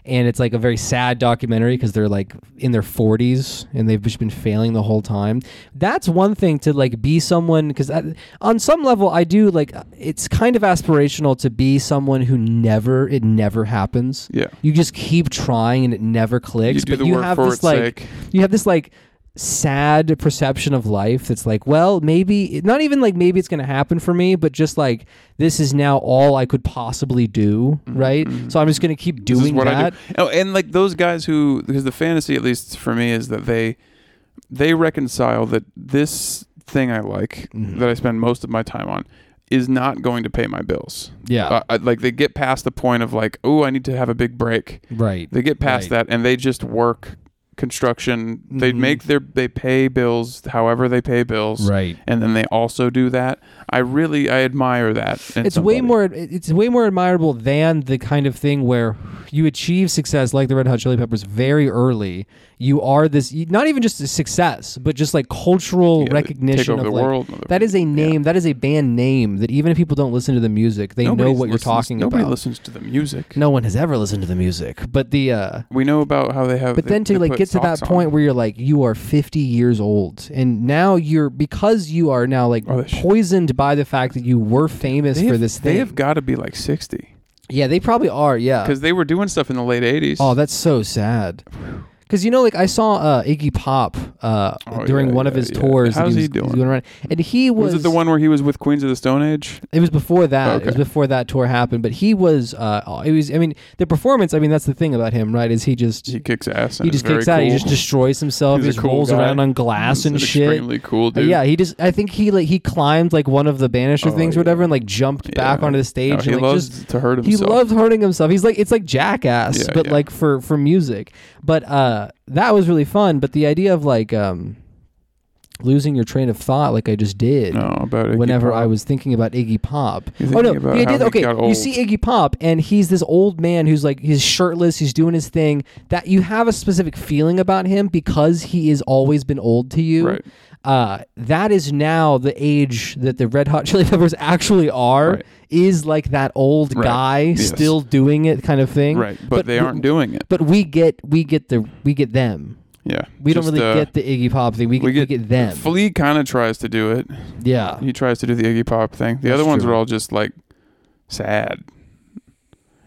S1: And it's like a very sad documentary because they're like in their 40s and they've just been failing the whole time. That's one thing to like be someone because on some level I do like it's kind of aspirational to be someone who never it never happens
S2: yeah.
S1: you just keep trying and it never
S2: You
S1: clicks
S2: do
S1: but
S2: the
S1: you
S2: work
S1: have
S2: for
S1: this
S2: its
S1: like
S2: sake.
S1: you have this like sad perception of life that's like well maybe not even like maybe it's going to happen for me but just like this is now all i could possibly do right so i'm just going to keep doing
S2: Mm-hmm, this is what
S1: that
S2: I do. Oh, and like those guys who, because the fantasy, at least for me, is that they they reconcile that this thing I like
S1: Mm-hmm.
S2: that I spend most of my time on is not going to pay my bills.
S1: yeah
S2: Uh, I- like they get past the point of like, oh, I need to have a big break.
S1: right
S2: They get past that and they just work construction. They
S1: Mhm.
S2: make their they pay bills however they pay bills.
S1: right
S2: And then they also do that. I really I admire that. in
S1: it's way
S2: somebody.
S1: more it's way more admirable than the kind of thing where you achieve success like the red hot chili peppers very early you are this you- not even just a success but just like cultural
S2: Yeah, they Take
S1: recognition
S2: over
S1: of
S2: the
S1: like,
S2: world.
S1: that is a name that is a band name that even if people don't listen to the music they know
S2: Nobody
S1: what you're
S2: listens-
S1: talking
S2: nobody
S1: about
S2: listens to the music.
S1: no one has ever listened to the music but the uh
S2: We know about how they have
S1: but
S2: they-
S1: then
S2: they
S1: to like
S2: put
S1: get to that
S2: socks on.
S1: point where you're like you are 50 years old and now you're because you are now like
S2: Oh, they sh-
S1: poisoned by the fact that you were famous
S2: they
S1: for
S2: have,
S1: this
S2: They
S1: thing
S2: have got to be like 60
S1: yeah they probably are yeah
S2: cuz they were doing stuff in the late 80s.
S1: Oh, that's so sad. Because you know, like I saw uh, Iggy Pop uh,
S2: Oh,
S1: during
S2: yeah,
S1: one of
S2: yeah,
S1: his
S2: yeah.
S1: tours. that
S2: How's
S1: he, was,
S2: he doing?
S1: was going around, and he was.
S2: was, it the one where he was with Queens of the Stone Age?
S1: It was before that. It
S2: Okay.
S1: was before that tour happened. But he was. Uh, it was. I mean, the performance. I mean, that's the thing about him, right? Is he just
S2: He
S1: he,
S2: kicks ass and is
S1: just
S2: very
S1: kicks out. He
S2: cool.
S1: just destroys himself.
S2: He's
S1: he
S2: a
S1: just
S2: cool
S1: rolls
S2: guy.
S1: around on glass
S2: He's an
S1: and shit.
S2: Extremely cool
S1: Uh,
S2: dude.
S1: yeah, he just. I think he like he climbed like one of the banister
S2: Oh,
S1: things or
S2: yeah.
S1: whatever, and like jumped back
S2: Yeah.
S1: onto the stage.
S2: No,
S1: and,
S2: he
S1: like,
S2: loves
S1: just,
S2: to hurt
S1: he
S2: himself.
S1: loves hurting himself. He's like it's like jackass,
S2: Yeah,
S1: but
S2: yeah.
S1: like for for music. But uh that was really fun. But the idea of like um losing your train of thought, like I just did.
S2: no, about it.
S1: Whenever I was thinking about Iggy Pop,
S2: You're
S1: oh no,
S2: thinking about
S1: the
S2: how
S1: idea,
S2: he
S1: okay,
S2: got
S1: you
S2: old.
S1: see Iggy Pop, and he's this old man who's like he's shirtless, he's doing his thing. That you have a specific feeling about him because he has always been old to you.
S2: Right.
S1: Uh, that is now the age that the Red Hot Chili Peppers actually are.
S2: Right.
S1: Is like that old
S2: Right.
S1: guy
S2: Yes.
S1: still doing it kind of thing.
S2: right, but, they aren't doing it.
S1: But we get we get the we get them.
S2: Yeah.
S1: We don't
S2: Just,
S1: really
S2: uh,
S1: get the Iggy Pop thing. We get, we
S2: we
S1: get,
S2: get
S1: them.
S2: Flea kind of tries to do it.
S1: yeah.
S2: He tries to do the Iggy Pop thing. The
S1: That's
S2: other ones
S1: true.
S2: are all just like sad.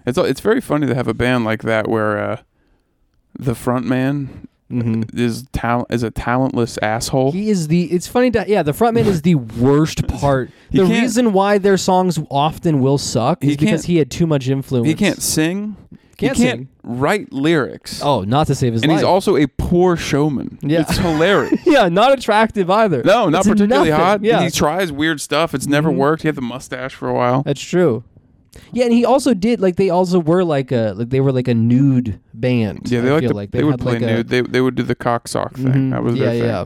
S2: It's it's very funny to have a band like that where uh, the front man
S1: Mm-hmm.
S2: is talent is a talentless asshole.
S1: He is the. It's funny that yeah, the frontman is the worst part.
S2: He
S1: The
S2: can't-
S1: reason why their songs often will suck
S2: He
S1: is because
S2: can't-
S1: he had too much influence.
S2: He can't sing.
S1: Can't
S2: he
S1: sing.
S2: can't write lyrics.
S1: Oh, not to save his
S2: and
S1: life.
S2: he's also a poor showman.
S1: Yeah.
S2: It's hilarious.
S1: yeah, not attractive either.
S2: No, not
S1: It's
S2: particularly
S1: nothing.
S2: hot.
S1: Yeah, Mm-hmm.
S2: He tries weird stuff. It's never worked. He had the mustache for a while.
S1: that's true. Yeah, and he also did like they also were like a like they were like a nude band.
S2: Yeah, they
S1: I
S2: like,
S1: feel
S2: to,
S1: like
S2: they, would
S1: had,
S2: play
S1: like, a-
S2: nude. They they would do the cock sock thing.
S1: Mhm.
S2: That was
S1: yeah,
S2: their thing.
S1: yeah.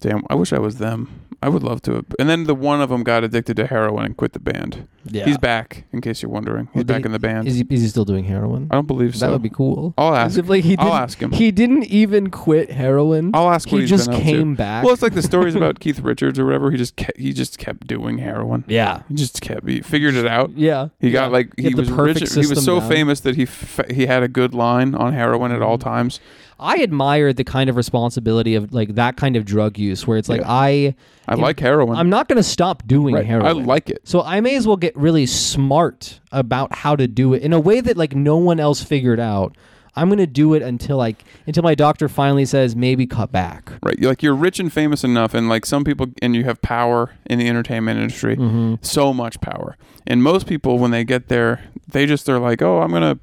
S2: Damn, I wish I was them. I would love to. Have, and then the one of them got addicted to heroin and quit the band.
S1: Yeah,
S2: He's back, in case you're wondering. He's
S1: Well, did
S2: back
S1: he-
S2: in the band.
S1: Is he, is he still doing heroin?
S2: I don't believe
S1: that
S2: so.
S1: would be cool.
S2: I'll
S1: As
S2: ask.
S1: if, like, he
S2: I'll
S1: didn't-
S2: ask him.
S1: He didn't even quit heroin.
S2: I'll ask what
S1: he
S2: he's
S1: just
S2: been up
S1: came back.
S2: to. Well, it's like the stories about Keith Richards or whatever. He just kept, he just kept doing heroin.
S1: yeah,
S2: He just kept. He figured it out.
S1: yeah.
S2: He
S1: Yeah.
S2: got like
S1: had
S2: he
S1: the
S2: was
S1: perfect
S2: rich. He was
S1: system
S2: so
S1: down. Mm-hmm.
S2: famous that he f- he had a good line on heroin at all times.
S1: I admire the kind of responsibility of like that kind of drug use where it's like
S2: Yeah.
S1: I
S2: I
S1: am-
S2: like heroin.
S1: I'm not going to stop doing
S2: Right.
S1: heroin.
S2: I like it.
S1: so I may as well get really smart about how to do it in a way that like no one else figured out. I'm going to do it until like until my doctor finally says maybe cut back.
S2: Right. You're, Like you're rich and famous enough, and like some people, and you have power in the entertainment industry, so much power. And most people, when they get there, they just are like, oh, I'm gonna.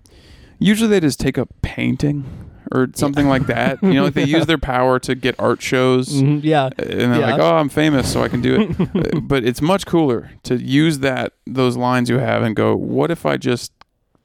S2: Usually, they just take up painting or something like that. You know, like they use their power to get art shows.
S1: Mhm, yeah.
S2: And they're
S1: Yeah.
S2: like, "Oh, I'm famous, so I can do it." Uh, but it's much cooler to use that those lines you have and go, "What if I just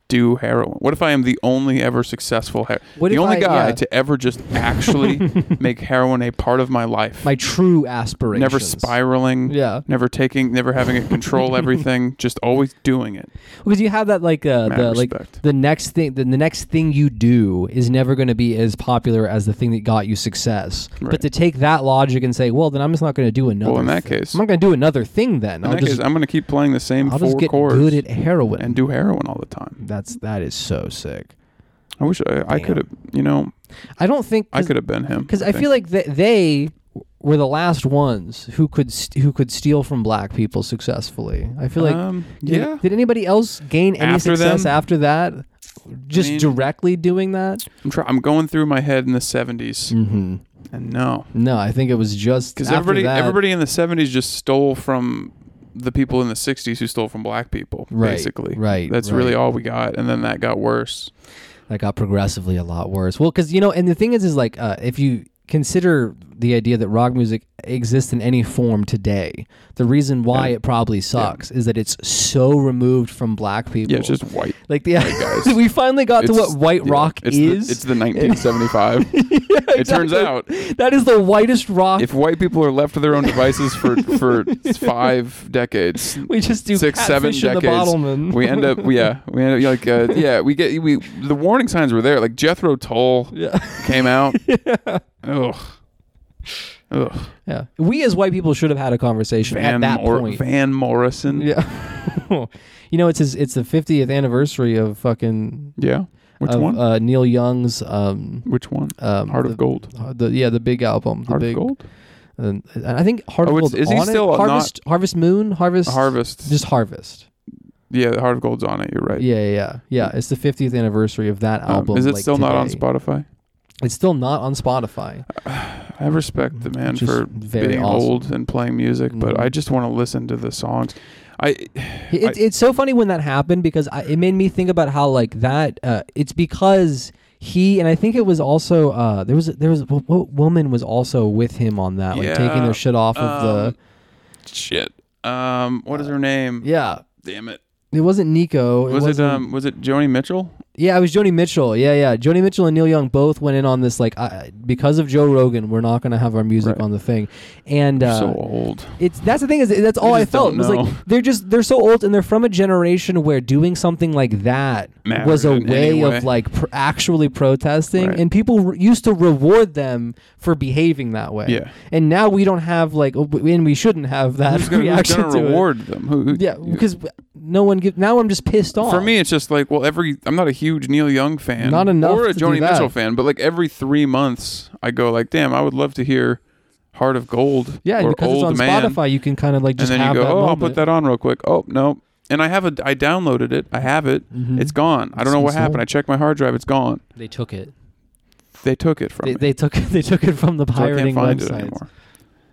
S2: do heroin? What if I am the only ever successful, her-
S1: What
S2: the
S1: if
S2: only
S1: I-
S2: guy
S1: yeah.
S2: to ever just actually make heroin a part of my life?
S1: My true aspirations.
S2: never spiraling,
S1: Yeah.
S2: never taking, never having it control everything, just always doing it.
S1: Because you have that like uh,
S2: Mad
S1: the like
S2: respect.
S1: the next thing the, the next thing you do is never going to be as popular as the thing that got you success.
S2: Right.
S1: But to take that logic and say, well, then I'm just not going to do another.
S2: Well, in that
S1: thi-
S2: case-
S1: I'm not going to do another thing.
S2: In
S1: Then I'll
S2: that
S1: just
S2: case, I'm going to keep playing the same
S1: I'll
S2: four
S1: just get
S2: chords
S1: good at heroin.
S2: and do heroin all the time.
S1: That's that is so sick.
S2: I wish I, I
S1: Damn.
S2: could have, you know,
S1: I don't think
S2: I could have been him.
S1: because I
S2: think.
S1: feel like th- they were the last ones who could st- who could steal from black people successfully. I feel like
S2: um,
S1: did,
S2: yeah.
S1: did anybody else gain any
S2: After
S1: success
S2: them?
S1: after that? Just
S2: mean-
S1: directly doing that?
S2: I'm, try- I'm going through my head in the 70s,
S1: Mm-hmm.
S2: and no,
S1: No, I think it was just
S2: because
S1: after
S2: everybody
S1: that-
S2: everybody in the 70s just stole from the people in the 60s who stole from black people,
S1: Right,
S2: basically.
S1: right,
S2: That's
S1: right.
S2: really all we got, and then that got worse.
S1: that got progressively a lot worse. Well, because you know, and the thing is, is like uh, if you consider the idea that rock music exists in any form today, the reason why
S2: Yeah.
S1: it probably sucks is that it's so removed from black people.
S2: Yeah, it's just white.
S1: like the we finally got to
S2: It's-
S1: what white
S2: yeah,
S1: rock
S2: it's
S1: is.
S2: The, it's the 1975. It turns
S1: exactly.
S2: out
S1: that is the whitest rock.
S2: if white people are left to their own devices for for five decades,
S1: we just do
S2: six, seven
S1: Catfish in the
S2: decades,
S1: Bottleman.
S2: we end up yeah we end up like uh, yeah we get we the warning signs were there like Jethro Tull
S1: yeah.
S2: came out. Ugh. Ugh.
S1: yeah, we as white people should have had a conversation at
S2: Van,
S1: that
S2: Mor-
S1: point.
S2: Van Morrison.
S1: Yeah. you know, it's his, it's the 50th anniversary of fucking
S2: Yeah. Which
S1: of,
S2: one?
S1: Uh, Neil Young's um,
S2: Which one?
S1: um
S2: Heart
S1: the,
S2: of Gold.
S1: uh, the yeah the big album the
S2: Heart
S1: big
S2: of Gold.
S1: And, and I think Heart
S2: Oh,
S1: of
S2: it's-
S1: Gold
S2: is he
S1: on it?
S2: still not-
S1: Harvest Harvest Moon Harvest
S2: Harvest.
S1: just Harvest
S2: yeah, the Heart of Gold's on it. You're right.
S1: yeah yeah yeah yeah it's the 50th anniversary of that
S2: Um,
S1: album
S2: is it
S1: like,
S2: still not on
S1: today.
S2: Spotify?
S1: it's still not on Spotify
S2: I respect the man
S1: which is
S2: for
S1: very
S2: being
S1: awesome.
S2: old and playing music, but
S1: Mhm.
S2: I just want to listen to the songs. I
S1: It, it's so funny when that happened because I, it made me think about how like that. Uh, it's because he and I think it was also uh, there was there was what, what woman was also with him on that, like taking
S2: Yeah,
S1: their shit off of
S2: um, shit. Um, what is her name?
S1: the. Yeah,
S2: Damn it.
S1: it wasn't Nico.
S2: Was it
S1: wasn't-
S2: um was it Joni Mitchell?
S1: Yeah, it was Joni Mitchell. Yeah, yeah. Joni Mitchell and Neil Young both went in on this like I, because of Joe Rogan, we're not going to have our music
S2: Right.
S1: on the thing, and
S2: You're
S1: uh,
S2: so old.
S1: it's that's the thing is that's all I
S2: just
S1: felt
S2: don't
S1: was like
S2: know.
S1: they're just they're so old and they're from a generation where doing something like that
S2: Mattered
S1: was a
S2: in any
S1: way
S2: way.
S1: of like pr- actually protesting
S2: Right.
S1: and people r- used to reward them for behaving that way.
S2: Yeah.
S1: And now we don't have like w- and we shouldn't have that
S2: Who's gonna, who's
S1: reaction
S2: gonna
S1: to it.
S2: reward them? Who, who,
S1: Yeah, because no one give. Now I'm just pissed off.
S2: For me, it's just like, well, every I'm not a huge Neil Young fan,
S1: Not enough
S2: or a
S1: to do
S2: Joni
S1: that.
S2: Mitchell fan, but like every three months, I go like, damn, I would love to hear Heart of Gold,
S1: yeah, and
S2: or
S1: because it's
S2: Old
S1: on
S2: Man,
S1: Spotify, you can kind of like
S2: and
S1: just
S2: then you
S1: have
S2: go,
S1: that
S2: oh, I'll
S1: moment.
S2: put that on real quick. Oh no, and I have a, I downloaded it, I have it,
S1: Mhm.
S2: it's gone. I
S1: It's
S2: don't know what
S1: installed.
S2: happened. I checked my hard drive, it's gone.
S1: They took it.
S2: They took it from
S1: They,
S2: me,
S1: they took they took it from the
S2: so I can't
S1: pirating
S2: find it
S1: websites.
S2: anymore.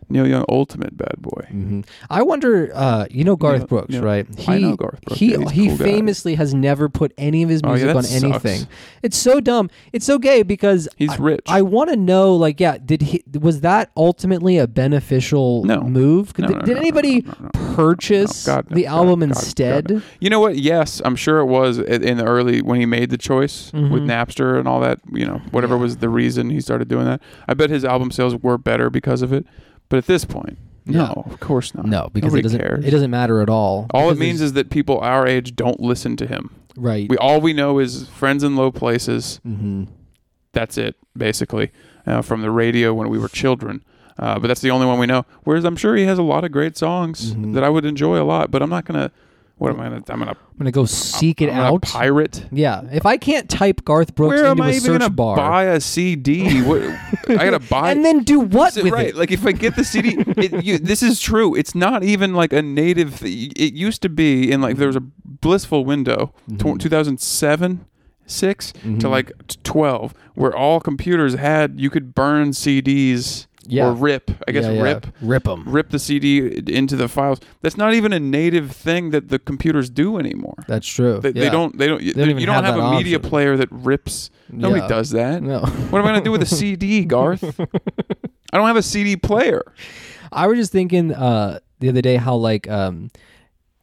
S2: Neil Young, ultimate bad boy.
S1: hmm I wonder. Uh, you know Garth
S2: Yeah,
S1: Brooks,
S2: yeah.
S1: right?
S2: I know Garth Brooks.
S1: He
S2: Yeah, he's a
S1: he
S2: cool guy.
S1: famously has never put any of his
S2: Oh, yeah,
S1: music
S2: that
S1: on
S2: sucks.
S1: anything. It's so dumb. It's so gay because
S2: He's
S1: I,
S2: rich.
S1: I want to know, like, yeah, did he was that ultimately a beneficial
S2: No.
S1: move?
S2: No,
S1: did,
S2: no, no,
S1: did
S2: no,
S1: anybody
S2: no, no, no,
S1: purchase
S2: no, God, no,
S1: the
S2: God,
S1: album
S2: God, God,
S1: instead?
S2: no. You know what? Yes, I'm sure it was i- in the early when he made the choice with
S1: Mhm.
S2: Napster and all that. You know, whatever was the reason he started doing that. I bet his album sales were better because of it. But at this point, no, of course not.
S1: No, because
S2: Nobody
S1: it doesn't
S2: cares.
S1: it doesn't matter at all.
S2: all it
S1: Because
S2: means is that people our age don't listen to him.
S1: there's- right.
S2: We all we know is friends in low places.
S1: hmm
S2: That's it, basically, uh, from the radio when we were children. Uh, but that's the only one we know. Whereas I'm sure he has a lot of great songs
S1: Mhm.
S2: that I would enjoy a lot. But I'm not gonna. What am I gonna? I'm gonna
S1: I'm gonna go seek it
S2: I'm gonna
S1: out.
S2: pirate.
S1: yeah, if I can't type Garth Brooks
S2: Where am
S1: into a
S2: I even
S1: search
S2: gonna
S1: bar,
S2: buy a CD? What, I gotta buy.
S1: and then do what
S2: Is it
S1: with
S2: right,
S1: it?
S2: like if I get the CD, it, you, this is true. It's not even like a native. th- It used to be in like there was a blissful window,
S1: Mhm.
S2: tw- 2007, 6 to
S1: Mhm.
S2: like t- twelve, where all computers had you could burn CDs
S1: Yeah.
S2: or rip. I guess
S1: Yeah, yeah.
S2: rip
S1: rip them.
S2: rip the CD into the files. That's not even a native thing that the computers do anymore.
S1: That's true.
S2: They, they
S1: Yeah.
S2: don't. They don't.
S1: don't even
S2: you don't
S1: have
S2: have, a
S1: that
S2: media
S1: option.
S2: player that rips. Nobody
S1: Yeah.
S2: does that.
S1: No,
S2: What am I gonna do with a CD, Garth? I don't have a CD player.
S1: I was just thinking uh, the other day how like um,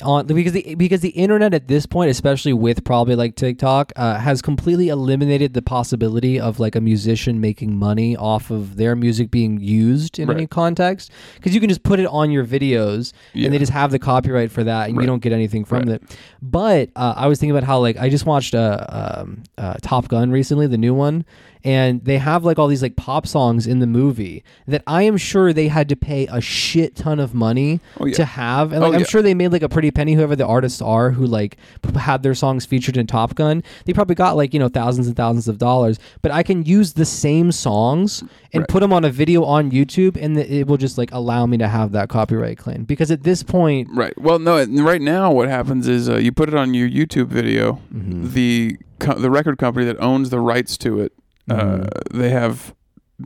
S1: on because the because the internet at this point, especially with probably like TikTok, uh, has completely eliminated the possibility of like a musician making money off of their music being used in
S2: Right.
S1: any context because you can just put it on your videos
S2: Yeah.
S1: and they just have the copyright for that and
S2: Right.
S1: you don't get anything from
S2: Right.
S1: it. But uh, I was thinking about how like I just watched uh, um, uh, Top Gun recently, the new one, and they have like all these like pop songs in the movie that I am sure they had to pay a shit ton of money
S2: Oh, yeah.
S1: to have, and like
S2: Oh,
S1: I'm
S2: yeah.
S1: sure they made like a pretty penny. Whoever the artists are who like p- had their songs featured in Top Gun, they probably got like you know thousands and thousands of dollars. But I can use the same songs and
S2: Right.
S1: put them on a video on YouTube, and it will just like allow me to have that copyright claim because at this point.
S2: Right. Well, no. and Right now, what happens is uh, you put it on your YouTube video. The co- the record company that owns the rights to it, uh,
S1: Mm-hmm.
S2: they have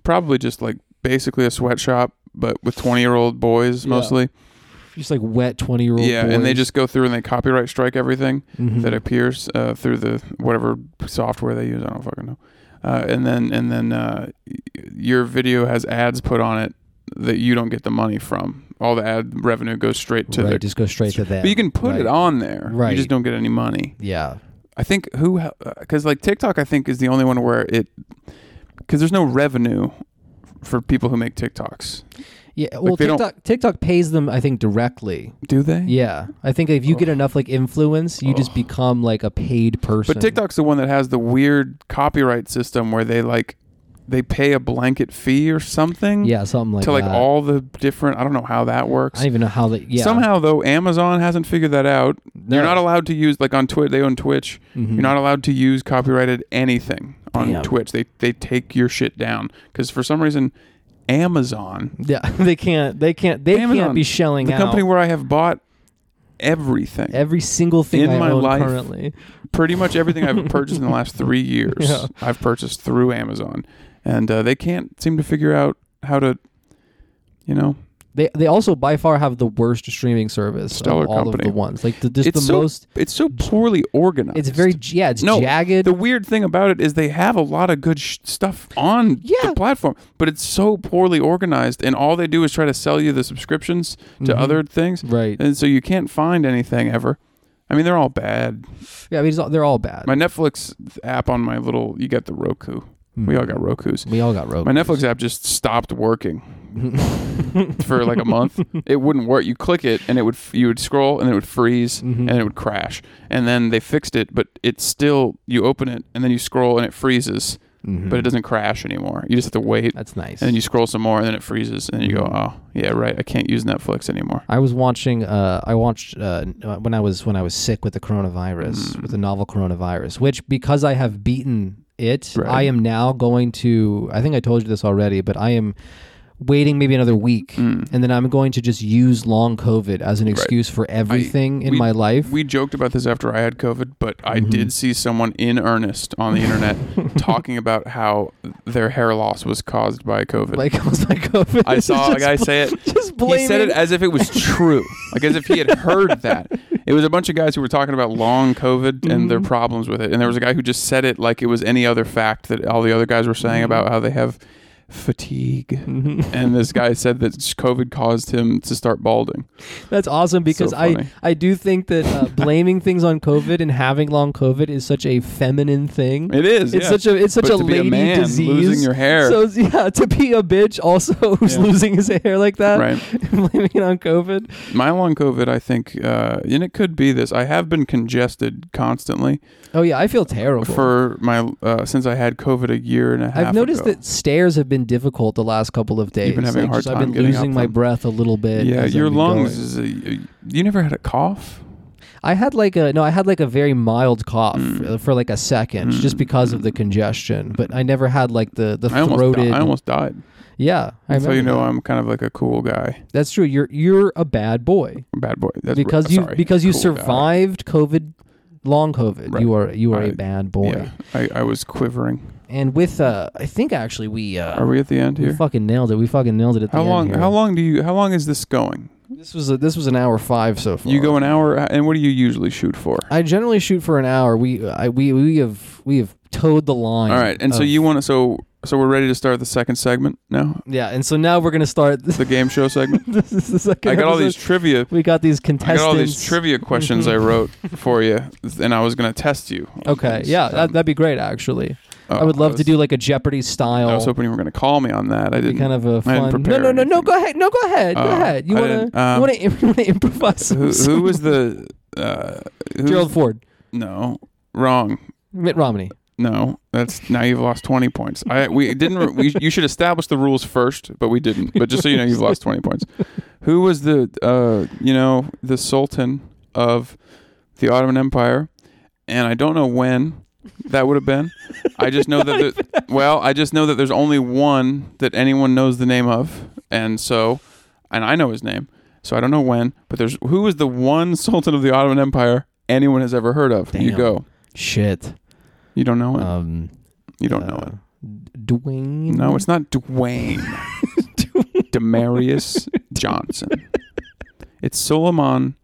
S2: probably just like basically a sweatshop, but with twenty year old boys
S1: Yeah.
S2: mostly.
S1: just like wet 20 year old
S2: yeah, and they just go through and they copyright strike everything.
S1: Mm-hmm.
S2: that appears uh, through the whatever software they use. I don't fucking know. Uh, and then and then uh, y- your video has ads put on it that you don't get the money from. All the ad revenue goes straight to
S1: right,
S2: the.
S1: just go straight to that
S2: But you can put it
S1: Right.
S2: on there. You
S1: Right.
S2: just don't get any money.
S1: yeah
S2: I think who because like TikTok, I think is the only one where it because there's no revenue for people who make TikToks.
S1: yeah well
S2: they don't-
S1: tiktok tiktok pays them i think directly
S2: Do they?
S1: yeah i think if you get enough like influence you just
S2: Ugh.
S1: become like a paid person
S2: But TikTok's the one that has the weird copyright system where they like they pay a blanket fee or something.
S1: yeah something like
S2: to like
S1: that
S2: all the different. I don't know how that
S1: i
S2: works.
S1: don't even know how that yeah
S2: Somehow though, Amazon hasn't figured that out. You're not allowed to use like on Twitch. They own Twitch.
S1: Mhm.
S2: You're not allowed to use copyrighted anything on
S1: Damn.
S2: Twitch. They they take your shit down because for some reason, Amazon,
S1: yeah they can't they can't they
S2: Amazon,
S1: can't be shelling
S2: the
S1: out
S2: company where I have bought everything,
S1: every single thing
S2: in
S1: I
S2: my
S1: own
S2: life-
S1: currently
S2: pretty much everything I've purchased in the last three years,
S1: Yeah.
S2: I've purchased through Amazon, and uh, they can't seem to figure out how to, you know,
S1: they they also by far have the worst streaming service
S2: Stellar
S1: of all
S2: company.
S1: of the ones like the, just
S2: It's
S1: the
S2: so
S1: most
S2: it's so poorly organized.
S1: it's very yeah it's
S2: No,
S1: jagged
S2: the weird thing about it is they have a lot of good sh- stuff on
S1: Yeah.
S2: the platform, but it's so poorly organized, and all they do is try to sell you the subscriptions to
S1: Mhm.
S2: other things,
S1: right
S2: and so you can't find anything ever. I mean, they're all bad.
S1: yeah i mean it's all, they're all bad
S2: My Netflix app on my little, you got the Roku. We all got Rokus.
S1: Mm-hmm. We all got rogue.
S2: My Netflix app just stopped working for like a month. It wouldn't work. You click it, and it would f- you would scroll, and it would freeze,
S1: Mhm.
S2: and it would crash. And then they fixed it, but it's still you open it, and then you scroll, and it freezes.
S1: Mhm.
S2: but it doesn't crash anymore. You just have to wait,
S1: That's nice.
S2: and then you scroll some more, and then it freezes, and then you go,
S1: Mhm.
S2: oh yeah, right. I can't use Netflix anymore.
S1: I was watching. Uh, I watched uh, uh, when I was when I was sick with the coronavirus,
S2: Mm.
S1: with the novel coronavirus. Which because I have beaten it,
S2: Right.
S1: I am now going to. I think I told you this already, but I am waiting maybe another week,
S2: Mm.
S1: and then I'm going to just use long COVID as an excuse for everything in
S2: we-
S1: my life.
S2: We joked about this after I had COVID, but I
S1: Mm-hmm.
S2: did see someone in earnest on the internet talking about how their hair loss was caused by COVID.
S1: like I was like COVID.
S2: I
S1: is
S2: saw a
S1: just
S2: guy
S1: bl-
S2: say it.
S1: Just blaming.
S2: He said it as if it was true, like as if he had heard that. It was a bunch of guys who were talking about long COVID and
S1: Mm-hmm.
S2: their problems with it, and there was a guy who just said it like it was any other fact that all the other guys were
S1: Mm-hmm.
S2: saying about how they have fatigue.
S1: Mhm.
S2: and this guy said that COVID caused him to start balding.
S1: That's awesome because
S2: So
S1: I
S2: funny.
S1: I do think that uh, blaming things on COVID and having long COVID is such a feminine thing.
S2: It is.
S1: It's
S2: yeah.
S1: such a it's such
S2: But
S1: a
S2: to be
S1: lady
S2: man
S1: disease.
S2: Losing your hair.
S1: So yeah, to be a bitch also who's
S2: Yeah.
S1: losing his hair like that,
S2: right.
S1: blaming it on COVID.
S2: My long COVID, I think, uh, and it could be this. I have been congested constantly
S1: Oh yeah, I feel terrible.
S2: for my uh, since I had COVID a year and a half.
S1: I've noticed
S2: ago.
S1: that stairs have been difficult the last couple of days.
S2: You've been having a
S1: Like,
S2: hard
S1: just- I've
S2: time
S1: been
S2: getting
S1: losing
S2: up
S1: my
S2: them.
S1: breath a little bit.
S2: Yeah,
S1: as
S2: your
S1: I've been
S2: lungs
S1: going.
S2: is a. You never had a cough.
S1: I had like a no, I had like a very mild cough
S2: Mm.
S1: uh, for like a second, just
S2: Mm.
S1: because of the congestion. But I never had like the the
S2: I almost,
S1: throated.
S2: di- I almost died.
S1: yeah, I
S2: That's how
S1: remember.
S2: you know
S1: that.
S2: I'm kind of like a cool guy,
S1: That's true. You're you're a bad boy.
S2: bad boy. That's
S1: because you
S2: sorry,
S1: because you
S2: cool guy.
S1: survived COVID, long COVID.
S2: Right.
S1: You are you are a
S2: I-
S1: bad boy.
S2: Yeah, I, I was quivering.
S1: And with uh, I think actually we
S2: Are
S1: uh,
S2: we at the end
S1: we
S2: here?
S1: fucking nailed it. We fucking nailed it at
S2: How
S1: the
S2: long?
S1: end. here.
S2: How long do you? How long is this going?
S1: This was a, this was an hour five so far.
S2: You go an hour, uh, and what do you usually shoot for?
S1: I generally shoot for an hour. We I, we we have we have towed the line.
S2: All right, and so
S1: of-
S2: you want to so so we're ready to start the second segment now,
S1: yeah, and so now we're gonna start. This,
S2: the game show segment.
S1: this is the second.
S2: I got all
S1: episode.
S2: these trivia.
S1: We got these
S2: I
S1: contestants.
S2: got all these trivia questions I wrote for you, and I was gonna test you. on
S1: Mm-hmm. Okay,
S2: things.
S1: yeah,
S2: Um,
S1: that, that'd be great. Actually,
S2: oh,
S1: I would love
S2: was-
S1: to do like a Jeopardy style.
S2: I was hoping you were gonna call me on that. I
S1: Be
S2: didn't.
S1: kind of a
S2: I didn't
S1: fun. No,
S2: prepare
S1: no, no, no.
S2: anything.
S1: Go ahead. No, go ahead. go
S2: Oh,
S1: ahead. You
S2: I
S1: wanna
S2: didn't- um,
S1: you wanna you wanna improvise? some-
S2: who, who
S1: some-
S2: was the uh, who
S1: Gerald Ford,
S2: No, wrong.
S1: Mitt Romney?
S2: No, that's now you've lost twenty points. I we didn't. We, you should establish the rules first, but we didn't. But just so you know, you've lost twenty points. Who was the uh, you know the Sultan of the Ottoman Empire? And I don't know when that would have been. I just know that the, well, I just know that there's only one that anyone knows the name of, and so, and I know his name, so I don't know when. But there's who is the one Sultan of the Ottoman Empire anyone has ever heard of? You
S1: Damn.
S2: go.
S1: Shit.
S2: You don't know it.
S1: Um,
S2: you don't know it.
S1: Dwayne.
S2: No, it's not Dwayne. Demarius Johnson. It's Solomon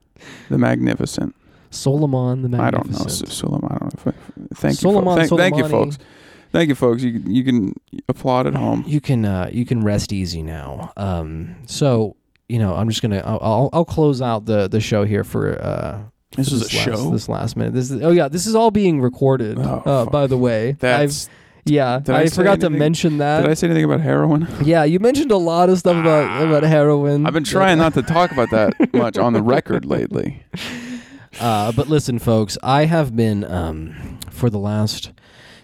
S2: the Magnificent.
S1: Solomon the
S2: I don't
S1: Magnificent.
S2: know. Su- Solomon. I don't know. If I, thank
S1: Solomon
S2: you. Folks. Thank, thank you,
S1: Soleimani.
S2: folks. Thank you, folks. You, you can applaud at home.
S1: You can uh, you can rest easy now. Um, so you know I'm just gonna I'll I'll, I'll close out the the show here for uh.
S2: This
S1: for
S2: is a
S1: last,
S2: show.
S1: This last minute. This is oh yeah. This is all being recorded.
S2: Oh,
S1: uh,
S2: fuck.
S1: by the way, I've,
S2: That's,
S1: yeah.
S2: Did I
S1: I,
S2: say
S1: forgot to
S2: anything?
S1: mention that.
S2: did I say anything about heroin?
S1: Yeah, you mentioned a lot of stuff about about heroin.
S2: Ah. I've been trying not to talk about that much on the record lately.
S1: Uh, but listen, folks, I have been um, for the last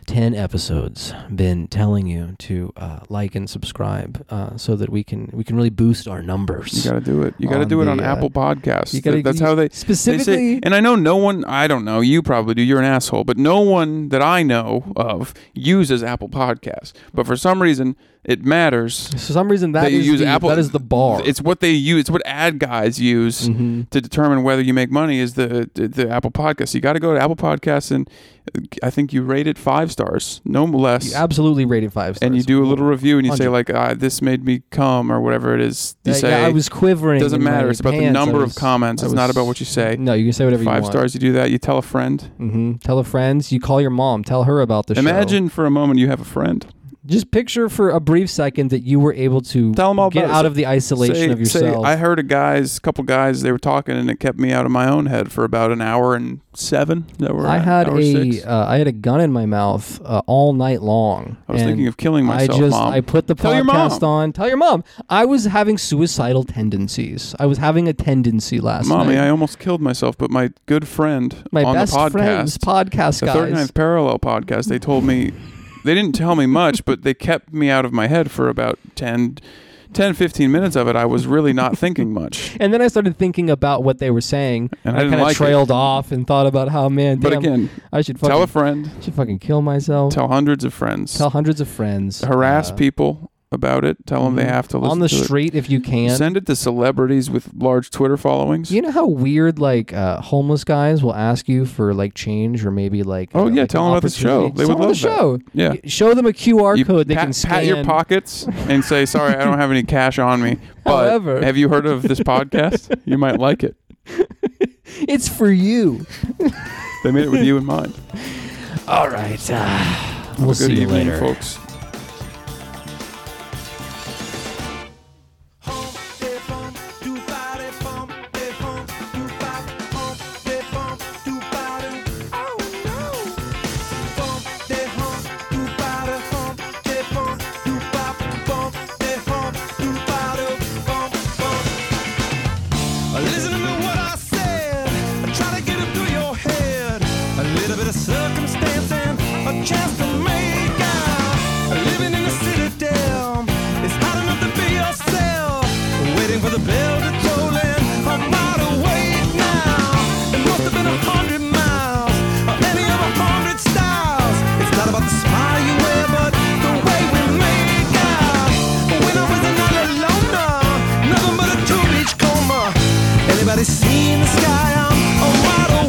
S1: ten episodes been telling you to uh, like and subscribe uh, so that we can we can really boost our
S2: You
S1: numbers.
S2: got to do it. You got to
S1: On
S2: do it on
S1: the, uh,
S2: Apple Podcasts.
S1: you gotta-
S2: That- that's
S1: you-
S2: how they They say-
S1: specifically.
S2: and I know no one, I don't know, you probably do, you're an asshole, but no one that I know of uses Apple Podcasts. But for some reason, it matters
S1: for some reason, that
S2: that you
S1: is
S2: use
S1: the,
S2: Apple.
S1: That is the bar.
S2: It's what they use, it's what ad guys use
S1: hmm
S2: to determine whether you make money is the the, the Apple Podcasts. You got to go to Apple Podcasts, and uh, I think you rate it five stars, no less.
S1: You absolutely rated five stars.
S2: and you do a little review and you say,
S1: 100.
S2: like, ah, this made me come, or whatever it is. You
S1: Yeah,
S2: say,
S1: yeah, I was quivering.
S2: it doesn't
S1: in my
S2: matter. It's about the
S1: pants. I
S2: number of
S1: was-
S2: comments,
S1: I
S2: it's not
S1: was-
S2: about what you say.
S1: No, you can say whatever you
S2: Five
S1: want.
S2: stars, you do that, you tell a friend.
S1: hmm Tell a friend. You call your mom. Tell her about the show.
S2: Imagine for a moment you have a friend.
S1: Just picture for a brief second that you were able to
S2: Tell 'em all
S1: get
S2: about-
S1: out of the isolation
S2: Say,
S1: of
S2: say,
S1: yourself.
S2: I heard a guys, couple guys, they were talking, and it kept me out of my own head for about an hour and seven. Is That were
S1: I had
S2: hour
S1: a
S2: Six.
S1: uh, I had a gun in my mouth uh, all night long.
S2: I was
S1: and
S2: thinking of killing
S1: I
S2: myself,
S1: just
S2: mom.
S1: I put the
S2: Tell your
S1: podcast
S2: mom.
S1: on. Tell your mom. I was having suicidal tendencies. I was having a tendency last
S2: Mommy,
S1: night.
S2: I almost killed myself, but my good friend
S1: my
S2: on
S1: best
S2: the podcast,
S1: friends podcast
S2: the
S1: guys.
S2: 39th Parallel podcast, they told me they didn't tell me much, but they kept me out of my head for about 10, 10 15 minutes of it. I was really not thinking much.
S1: And then I started thinking about what they were saying.
S2: And I
S1: I,
S2: didn't
S1: kind of
S2: like it.
S1: trailed off and thought about how, man,
S2: But
S1: damn,
S2: again,
S1: I should
S2: tell a
S1: fucking,
S2: friend,
S1: should fucking kill myself. Tell,
S2: tell hundreds of friends,
S1: hundreds of friends.
S2: harass
S1: uh,
S2: people about it, tell them they
S1: mhm.
S2: have to listen
S1: on the
S2: to it.
S1: street if you can.
S2: Send it to celebrities with large Twitter followings.
S1: You know how weird like uh, homeless guys will ask you for like change or maybe like
S2: Oh,
S1: uh,
S2: yeah,
S1: like
S2: tell 'em
S1: an
S2: about this show.
S1: opportunity.
S2: They
S1: Tell
S2: would
S1: 'em
S2: love
S1: the
S2: that.
S1: show.
S2: Yeah.
S1: Y- Show them a QR
S2: You
S1: code they
S2: pat,
S1: can scan.
S2: pat your pockets and say, "Sorry, I don't have any cash on me." But
S1: However-
S2: have you heard of this podcast? You might like it.
S1: It's for you.
S2: They made it with you in mind.
S1: All right. Uh, we'll
S2: Have a
S1: see
S2: good
S1: you
S2: evening,
S1: later.
S2: folks.
S3: Oh, Listen to what I said. Try to get it through your head. A little bit of circumstance and a chance to make out. Living in the citadel, it's hard enough to be yourself. Waiting for the bell to toll and I'm wide awake now. It must have been a hundred miles or any of a hundred styles. It's not about the smile you wear, but the way we make out. When I was an island loner, nothing but a two-beach coma. Anybody seen the sky? I'm a wide awake.